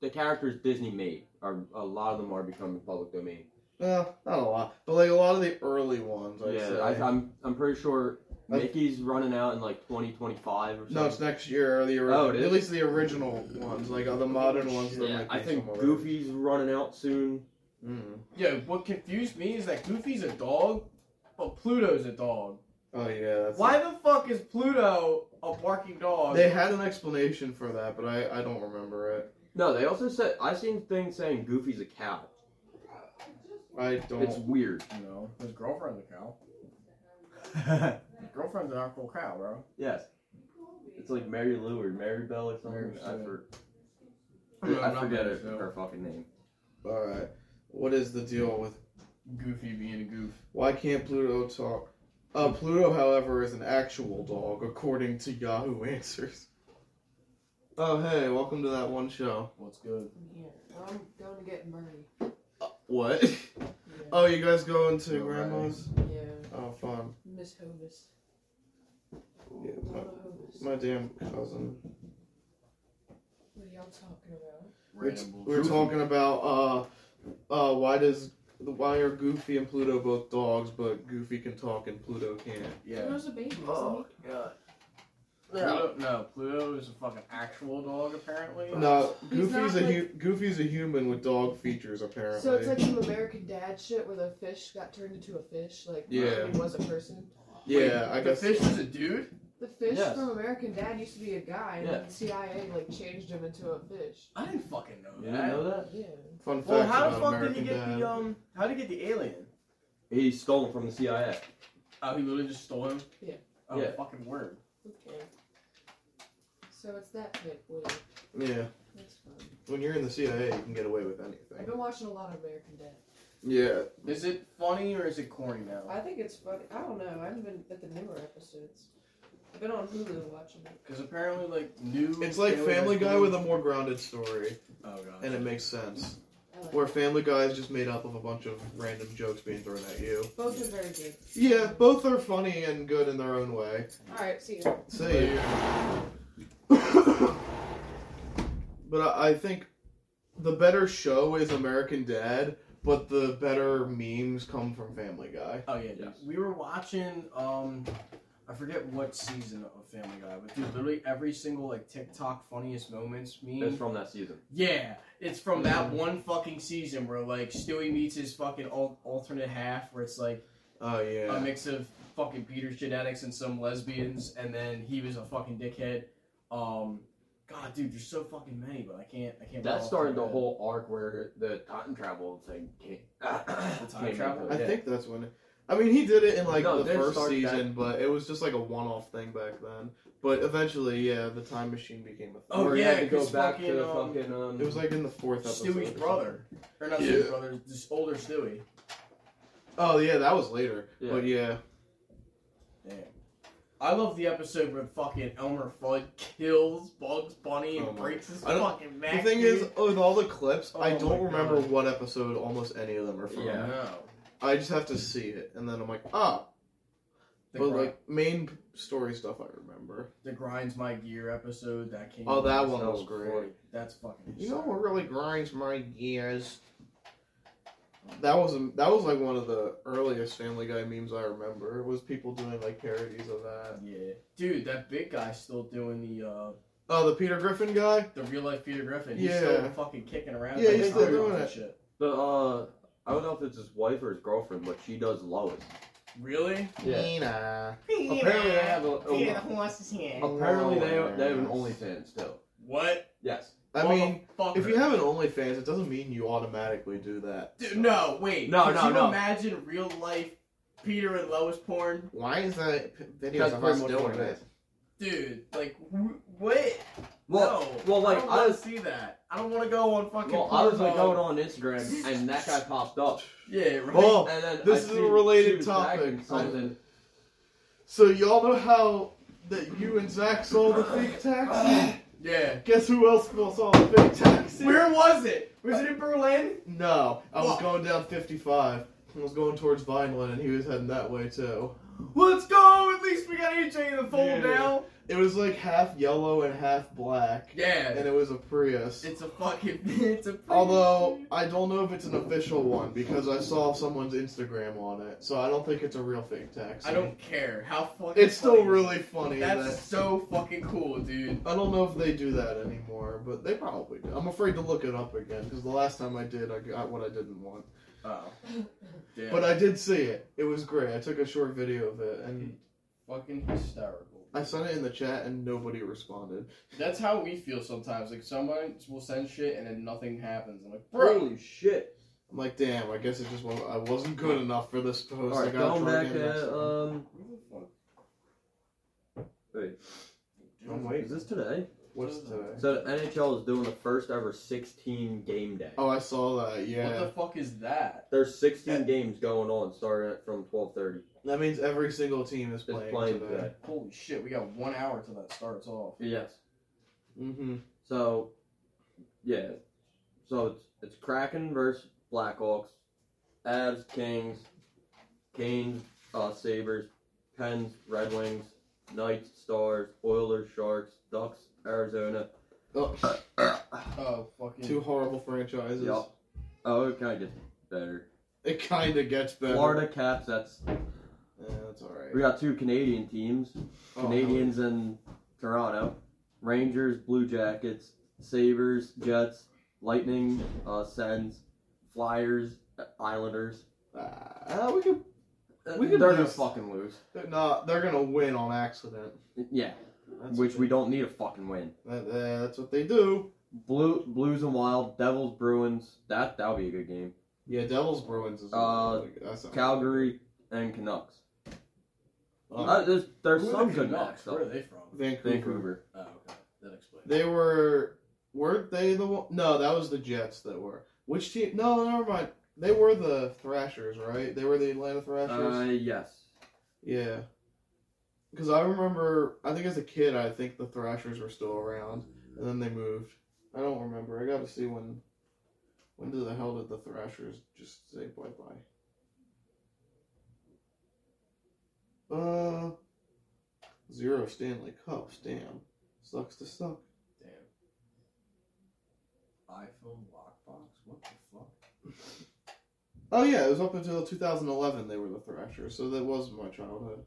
[SPEAKER 5] the characters Disney made are a lot of them are becoming public domain.
[SPEAKER 1] Well, not a lot, but like a lot of the early ones. I'd
[SPEAKER 5] yeah,
[SPEAKER 1] say.
[SPEAKER 5] I, I'm I'm pretty sure
[SPEAKER 1] I-
[SPEAKER 5] Mickey's running out in like 2025 or something.
[SPEAKER 1] No, it's next year. Or the ori-
[SPEAKER 5] Oh, it is?
[SPEAKER 1] at least the original ones, like uh, the modern ones. There
[SPEAKER 5] yeah,
[SPEAKER 1] might be
[SPEAKER 5] I think
[SPEAKER 1] some already.
[SPEAKER 5] Goofy's running out soon.
[SPEAKER 1] Mm.
[SPEAKER 3] Yeah, what confused me is that Goofy's a dog, but Pluto's a dog.
[SPEAKER 1] Oh yeah. That's
[SPEAKER 3] Why the fuck is Pluto a barking dog?
[SPEAKER 1] They had an explanation for that, but I, I don't remember it.
[SPEAKER 5] No, they also said I seen things saying Goofy's a cow.
[SPEAKER 1] I don't.
[SPEAKER 5] It's weird.
[SPEAKER 3] no, his girlfriend's a cow.
[SPEAKER 2] yeah,
[SPEAKER 3] His girlfriend's an actual cow, bro.
[SPEAKER 5] Yes. It's like Mary Lou or Mary Bell or something.
[SPEAKER 3] Mary
[SPEAKER 5] I,
[SPEAKER 3] Sue.
[SPEAKER 5] for-
[SPEAKER 3] No,
[SPEAKER 5] I
[SPEAKER 3] not
[SPEAKER 5] forget
[SPEAKER 3] Mary
[SPEAKER 5] her,
[SPEAKER 3] Sue.
[SPEAKER 5] her fucking name.
[SPEAKER 1] All right. What is the deal with
[SPEAKER 3] Goofy being a goof.
[SPEAKER 1] why can't Pluto talk? Uh, Pluto, however, is an actual dog, according to Yahoo Answers. Oh hey, welcome to that one show.
[SPEAKER 3] What's good?
[SPEAKER 4] I'm here. I'm going to get Murray.
[SPEAKER 1] What?
[SPEAKER 4] Yeah.
[SPEAKER 1] Oh, you guys going to
[SPEAKER 3] No way.
[SPEAKER 1] grandma's?
[SPEAKER 4] yeah.
[SPEAKER 1] Oh, fun.
[SPEAKER 4] Miss Hovis.
[SPEAKER 1] Yeah, my,
[SPEAKER 4] Lola Hovis.
[SPEAKER 1] Uh, my damn cousin.
[SPEAKER 4] What are y'all talking about?
[SPEAKER 1] We're, t-
[SPEAKER 3] Rambles.
[SPEAKER 1] we're talking about uh, uh, why does why are Goofy and Pluto both dogs, but Goofy can talk and Pluto can't?
[SPEAKER 4] When I
[SPEAKER 3] Yeah.
[SPEAKER 4] was a baby, isn't
[SPEAKER 3] Oh, god. Pluto, no, Pluto is a fucking actual dog apparently.
[SPEAKER 1] No,
[SPEAKER 4] He's
[SPEAKER 1] Goofy's a
[SPEAKER 4] not
[SPEAKER 1] hu- Goofy's a human with dog features
[SPEAKER 4] he?
[SPEAKER 1] apparently.
[SPEAKER 4] So it's like some American Dad shit where the fish got turned into a fish, like
[SPEAKER 1] Yeah.
[SPEAKER 4] he was a person.
[SPEAKER 1] yeah,
[SPEAKER 3] Wait,
[SPEAKER 1] I
[SPEAKER 3] the
[SPEAKER 1] guess.
[SPEAKER 3] fish is a dude.
[SPEAKER 4] The fish
[SPEAKER 5] Yes.
[SPEAKER 4] from American Dad used to be a guy, and
[SPEAKER 5] Yeah.
[SPEAKER 4] the CIA like changed him into a fish.
[SPEAKER 3] I didn't fucking know
[SPEAKER 5] You
[SPEAKER 3] that.
[SPEAKER 5] didn't know that?
[SPEAKER 4] Yeah.
[SPEAKER 1] Fun fact
[SPEAKER 3] Well, how the
[SPEAKER 1] about
[SPEAKER 3] fuck
[SPEAKER 1] American
[SPEAKER 3] did he get
[SPEAKER 1] Dad.
[SPEAKER 3] the um? How did he get the alien?
[SPEAKER 5] He stole from the CIA.
[SPEAKER 3] Oh, he literally just stole him.
[SPEAKER 4] Yeah.
[SPEAKER 3] Oh,
[SPEAKER 5] Yeah.
[SPEAKER 3] fucking word.
[SPEAKER 4] Okay. So it's that pick, Woody.
[SPEAKER 1] Yeah,
[SPEAKER 4] That's fun.
[SPEAKER 1] when you're in the CIA, you can get away with
[SPEAKER 4] I've
[SPEAKER 1] anything.
[SPEAKER 4] been watching a lot of American Dad.
[SPEAKER 1] Yeah,
[SPEAKER 3] Is it funny or is it corny now?
[SPEAKER 4] I think it's funny. I don't know. I haven't been at the newer episodes. I've been on Hulu watching it.
[SPEAKER 3] Because apparently, like new.
[SPEAKER 1] it's like Family
[SPEAKER 3] Guy
[SPEAKER 1] Guy
[SPEAKER 3] movies-
[SPEAKER 1] with a more grounded story,
[SPEAKER 3] Oh god.
[SPEAKER 1] and it makes sense.
[SPEAKER 4] I like
[SPEAKER 1] Where
[SPEAKER 4] it.
[SPEAKER 1] Family Guy is just made up of a bunch of random jokes being thrown at you.
[SPEAKER 4] Both are very good.
[SPEAKER 1] Yeah, both are funny and good in their own way.
[SPEAKER 4] All right, see you.
[SPEAKER 1] See. but I, I think the better show is American Dad, but the better memes come from Family Guy.
[SPEAKER 3] Oh yeah, dude.
[SPEAKER 5] Yes.
[SPEAKER 3] We were watching um I forget what season of Family Guy, but dude, literally every single like TikTok funniest moments meme.
[SPEAKER 5] It's from that season.
[SPEAKER 3] yeah, it's from that one fucking season where like Stewie meets his fucking al- alternate half, where it's like
[SPEAKER 1] Oh yeah.
[SPEAKER 3] a mix of fucking Peter's genetics and some lesbians, and then he was a fucking dickhead. Um, God, dude, there's so fucking many, but I can't, I can't.
[SPEAKER 5] That
[SPEAKER 3] off
[SPEAKER 5] started
[SPEAKER 3] my
[SPEAKER 5] the
[SPEAKER 3] head.
[SPEAKER 5] whole arc where the time travel thing came. the
[SPEAKER 3] time travel?
[SPEAKER 1] I think that's when. I mean, he did it in like
[SPEAKER 5] No,
[SPEAKER 1] the
[SPEAKER 5] they
[SPEAKER 1] first
[SPEAKER 5] started that-
[SPEAKER 1] season, but it was just like a one-off thing back then. But eventually, yeah, the time machine became a thing.
[SPEAKER 3] Oh,
[SPEAKER 5] Where he
[SPEAKER 3] yeah,
[SPEAKER 5] had to go
[SPEAKER 3] 'cause
[SPEAKER 5] back
[SPEAKER 3] fucking,
[SPEAKER 5] to the
[SPEAKER 3] um,
[SPEAKER 5] fucking. Um,
[SPEAKER 1] It was like in the fourth episode. or
[SPEAKER 3] Stewie's
[SPEAKER 1] something.
[SPEAKER 3] brother, or not
[SPEAKER 1] Yeah.
[SPEAKER 3] Stewie's brother, just older Stewie.
[SPEAKER 1] Oh yeah, that was later.
[SPEAKER 5] Yeah.
[SPEAKER 1] But yeah,
[SPEAKER 3] Damn. I love the episode where fucking Elmer Fudd kills Bugs Bunny and
[SPEAKER 1] Oh my-
[SPEAKER 3] breaks his
[SPEAKER 1] I don't-
[SPEAKER 3] fucking neck.
[SPEAKER 1] the thing
[SPEAKER 3] dude.
[SPEAKER 1] is, with all the clips, I
[SPEAKER 3] Oh
[SPEAKER 1] don't
[SPEAKER 3] my
[SPEAKER 1] remember
[SPEAKER 3] God.
[SPEAKER 1] what episode almost any of them are from.
[SPEAKER 5] Yeah.
[SPEAKER 3] no,
[SPEAKER 1] I just have to see it, and then I'm like, ah.
[SPEAKER 3] the,
[SPEAKER 1] but
[SPEAKER 3] gri-
[SPEAKER 1] like main p- story stuff, I remember.
[SPEAKER 3] the grinds my gear episode that came.
[SPEAKER 1] Oh, that
[SPEAKER 3] out.
[SPEAKER 1] one
[SPEAKER 5] that
[SPEAKER 1] was
[SPEAKER 5] was
[SPEAKER 1] great.
[SPEAKER 5] funny.
[SPEAKER 3] That's fucking.
[SPEAKER 1] You know
[SPEAKER 3] insane.
[SPEAKER 1] what really grinds my gears? That was a, that was like one of the earliest Family Guy memes I remember. Was people doing like parodies of that?
[SPEAKER 3] Yeah, dude, that big guy's still doing the uh,
[SPEAKER 1] Oh, the Peter Griffin guy.
[SPEAKER 3] the real life Peter Griffin. He's
[SPEAKER 1] Yeah.
[SPEAKER 3] still fucking kicking around.
[SPEAKER 1] Yeah,
[SPEAKER 3] like
[SPEAKER 1] he's still
[SPEAKER 3] Iron
[SPEAKER 1] doing
[SPEAKER 3] Man
[SPEAKER 1] it.
[SPEAKER 3] Shit.
[SPEAKER 5] The, uh, I don't know if it's his wife or his girlfriend, but she does Lois.
[SPEAKER 3] Really?
[SPEAKER 5] Yeah.
[SPEAKER 1] Nina.
[SPEAKER 5] Apparently they have a. a-
[SPEAKER 3] horse's hand.
[SPEAKER 5] apparently they have, they have an OnlyFans still.
[SPEAKER 3] What?
[SPEAKER 5] Yes.
[SPEAKER 1] I mean,
[SPEAKER 3] Motherfucker.
[SPEAKER 1] if you have an OnlyFans, it doesn't mean you automatically do that.
[SPEAKER 3] Dude,
[SPEAKER 1] so.
[SPEAKER 3] no, wait.
[SPEAKER 5] No,
[SPEAKER 3] Could
[SPEAKER 5] no,
[SPEAKER 3] you
[SPEAKER 5] no.
[SPEAKER 3] Imagine real life Peter and Lois porn,
[SPEAKER 1] Why is that p-
[SPEAKER 5] That's
[SPEAKER 1] videos of
[SPEAKER 5] pretty
[SPEAKER 1] us
[SPEAKER 5] much what
[SPEAKER 1] doing
[SPEAKER 5] it
[SPEAKER 1] this?
[SPEAKER 3] dude. Like, wh- what?
[SPEAKER 5] Well,
[SPEAKER 3] no.
[SPEAKER 5] well, like,
[SPEAKER 3] I don't want
[SPEAKER 5] I-
[SPEAKER 3] to see that. I don't want to go on fucking.
[SPEAKER 5] well, I was like
[SPEAKER 3] Pornhub.
[SPEAKER 5] going on Instagram and that guy popped up.
[SPEAKER 3] Yeah, right.
[SPEAKER 1] Oh,
[SPEAKER 5] And then
[SPEAKER 1] This
[SPEAKER 5] I
[SPEAKER 1] is a
[SPEAKER 5] seen
[SPEAKER 1] related
[SPEAKER 5] she was back in
[SPEAKER 1] topic.
[SPEAKER 5] Something.
[SPEAKER 1] So y'all know how that you and Zach saw the fake taxi?
[SPEAKER 3] yeah.
[SPEAKER 1] Guess who else saw the fake taxi?
[SPEAKER 3] Where was it? Was it in Berlin?
[SPEAKER 1] No, I was
[SPEAKER 3] What?
[SPEAKER 1] going down 55. I was going towards Vineland, and he was heading that way too.
[SPEAKER 3] Let's go. At least we got AJ in the fold
[SPEAKER 1] Yeah.
[SPEAKER 3] now.
[SPEAKER 1] It was like half yellow and half black,
[SPEAKER 3] Yeah,
[SPEAKER 1] and it was a Prius.
[SPEAKER 3] it's a fucking. It's a.
[SPEAKER 1] Although I don't know if it's an official one because I saw someone's Instagram on it, so I don't think it's a real fake taxi.
[SPEAKER 3] I don't care how fucking.
[SPEAKER 1] It's still
[SPEAKER 3] funny.
[SPEAKER 1] really funny.
[SPEAKER 3] That's
[SPEAKER 1] that-
[SPEAKER 3] so fucking cool, dude.
[SPEAKER 1] I don't know if they do that anymore, but they probably do. I'm afraid to look it up again because the last time I did, I got what I didn't want.
[SPEAKER 3] Oh, damn.
[SPEAKER 1] But I did see it. It was great. I took a short video of it and
[SPEAKER 3] fucking hysterical.
[SPEAKER 1] I sent it in the chat and nobody responded.
[SPEAKER 3] That's how we feel sometimes. Like someone will send shit and then nothing happens. I'm like, Oh. bro,
[SPEAKER 5] Holy shit.
[SPEAKER 1] I'm like, damn. I guess it just was I wasn't good enough for this post. I
[SPEAKER 5] Alright,
[SPEAKER 1] gotta
[SPEAKER 5] going
[SPEAKER 1] try
[SPEAKER 5] back
[SPEAKER 1] again next
[SPEAKER 5] at,
[SPEAKER 1] time.
[SPEAKER 5] um,
[SPEAKER 3] who the fuck?
[SPEAKER 2] Wait,
[SPEAKER 1] I'm
[SPEAKER 3] dude,
[SPEAKER 1] waiting.
[SPEAKER 5] is this today?
[SPEAKER 1] What's today?
[SPEAKER 5] So the NHL is doing the first ever 16 game day.
[SPEAKER 1] Oh, I saw that.
[SPEAKER 3] What
[SPEAKER 1] Yeah,
[SPEAKER 3] the fuck is that?
[SPEAKER 5] There's 16
[SPEAKER 1] Yeah.
[SPEAKER 5] games going on starting at from 12:30.
[SPEAKER 1] that means every single team is
[SPEAKER 5] It's
[SPEAKER 1] playing,
[SPEAKER 5] playing
[SPEAKER 1] today.
[SPEAKER 5] today.
[SPEAKER 3] Holy shit, we got one hour till that starts off.
[SPEAKER 5] Yes.
[SPEAKER 1] Mm-hmm.
[SPEAKER 5] So, yeah. So it's it's Kraken versus Blackhawks, Avs Kings, Canes uh, Sabers, Pens Red Wings, Knights Stars, Oilers Sharks, Ducks Arizona.
[SPEAKER 1] Oh,
[SPEAKER 3] Oh fucking.
[SPEAKER 1] two horrible franchises.
[SPEAKER 5] Yup. Oh, it kind of gets better.
[SPEAKER 1] It kind of gets better.
[SPEAKER 5] Florida Caps. That's
[SPEAKER 1] Yeah, that's all right.
[SPEAKER 5] we got two Canadian teams.
[SPEAKER 1] Oh,
[SPEAKER 5] Canadians and Toronto, Rangers, Blue Jackets, Sabers, Jets, Lightning, uh, Sens, Flyers, uh, Islanders.
[SPEAKER 1] Ah, we could. We could
[SPEAKER 5] They're gonna
[SPEAKER 1] lose.
[SPEAKER 5] fucking lose.
[SPEAKER 1] They're not. They're gonna win on accident.
[SPEAKER 5] Yeah,
[SPEAKER 1] That's
[SPEAKER 5] which we don't need a fucking win.
[SPEAKER 1] That, that's what they do.
[SPEAKER 5] Blue, Blues and Wild, Devils, Bruins. That that'll be a good game.
[SPEAKER 1] Yeah, Devils Bruins is.
[SPEAKER 5] Uh,
[SPEAKER 1] that's not-
[SPEAKER 5] Calgary and Canucks.
[SPEAKER 1] Uh,
[SPEAKER 5] Uh, there's
[SPEAKER 3] Who
[SPEAKER 5] there's
[SPEAKER 3] are
[SPEAKER 5] some
[SPEAKER 3] the
[SPEAKER 5] good
[SPEAKER 3] Canucks?
[SPEAKER 5] matchups.
[SPEAKER 3] Where are they from?
[SPEAKER 1] Vancouver.
[SPEAKER 5] Vancouver.
[SPEAKER 3] Oh, okay, that explains.
[SPEAKER 1] They were. Weren't they the one? No, that was the Jets that were. Which team? No, never mind. They were the Thrashers, right? They were the Atlanta Thrashers.
[SPEAKER 5] Uh, yes.
[SPEAKER 1] Yeah. Because I remember, I think as a kid, I think the Thrashers were still around, and then they moved. I don't remember. I got to see when. When did the hell did the Thrashers just say bye bye? Uh, zero Stanley Cups. Damn, sucks to suck.
[SPEAKER 3] Damn. iPhone lockbox. What the fuck?
[SPEAKER 1] Oh yeah, it was up until 2011 they were the Thrashers, so that was my childhood.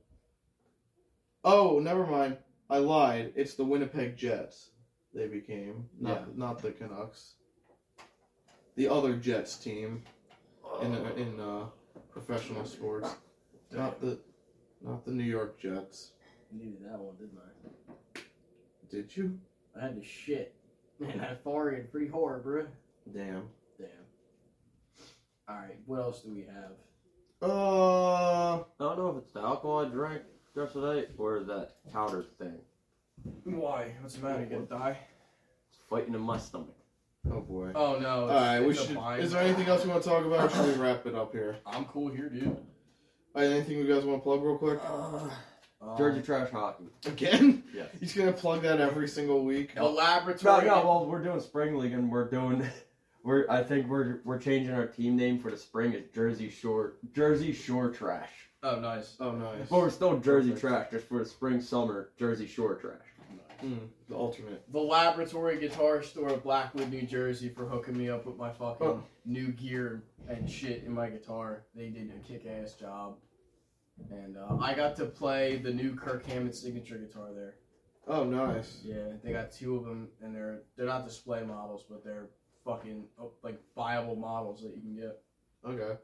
[SPEAKER 1] Oh, never mind. I lied. It's the Winnipeg Jets. They became not not the Canucks. The other Jets team in in uh, professional sports,
[SPEAKER 3] Damn.
[SPEAKER 1] not the not the New York Jets.
[SPEAKER 3] Needed that one, didn't I?
[SPEAKER 1] Did you?
[SPEAKER 3] I had to shit. Man, I farted pretty hard, bro.
[SPEAKER 1] Damn.
[SPEAKER 3] Damn. All right, what else do we have?
[SPEAKER 1] Uh,
[SPEAKER 5] I don't know if it's the alcohol I drank yesterday or that powder thing.
[SPEAKER 3] Why? What's the
[SPEAKER 1] matter? You gonna
[SPEAKER 3] die?
[SPEAKER 5] It's fighting in my stomach.
[SPEAKER 1] oh boy.
[SPEAKER 3] Oh no!
[SPEAKER 1] All
[SPEAKER 3] it's-
[SPEAKER 1] right, we
[SPEAKER 3] it's a
[SPEAKER 1] should.
[SPEAKER 3] vine.
[SPEAKER 1] Is there anything else we want to talk about? Or should we wrap it up here?
[SPEAKER 3] I'm cool here, dude.
[SPEAKER 1] All right, anything you guys want to plug real quick?
[SPEAKER 3] Um,
[SPEAKER 5] Georgia trash hockey.
[SPEAKER 1] Again?
[SPEAKER 5] Yeah.
[SPEAKER 1] He's gonna plug that every single week.
[SPEAKER 3] The
[SPEAKER 5] No,
[SPEAKER 3] laboratory.
[SPEAKER 5] no. Well, we're doing spring league, and we're doing. We're. I think we're we're changing our team name for the spring. It's Jersey Shore. Jersey Shore Trash.
[SPEAKER 3] Oh, nice.
[SPEAKER 1] Oh, nice.
[SPEAKER 5] But we're still Jersey
[SPEAKER 1] Perfect.
[SPEAKER 5] Trash, just for the spring summer Jersey Shore Trash.
[SPEAKER 1] Mm, the alternate.
[SPEAKER 3] the laboratory guitar store of Blackwood, New Jersey, for hooking me up with my fucking
[SPEAKER 1] Oh.
[SPEAKER 3] new gear and shit in my guitar. They did a kick ass job. And uh, I got to play the new Kirk Hammett signature guitar there.
[SPEAKER 1] Oh, nice.
[SPEAKER 3] Yeah, they got two of them, and they're they're uh, not display models, but they're fucking oh, like viable models that you can get.
[SPEAKER 1] Okay.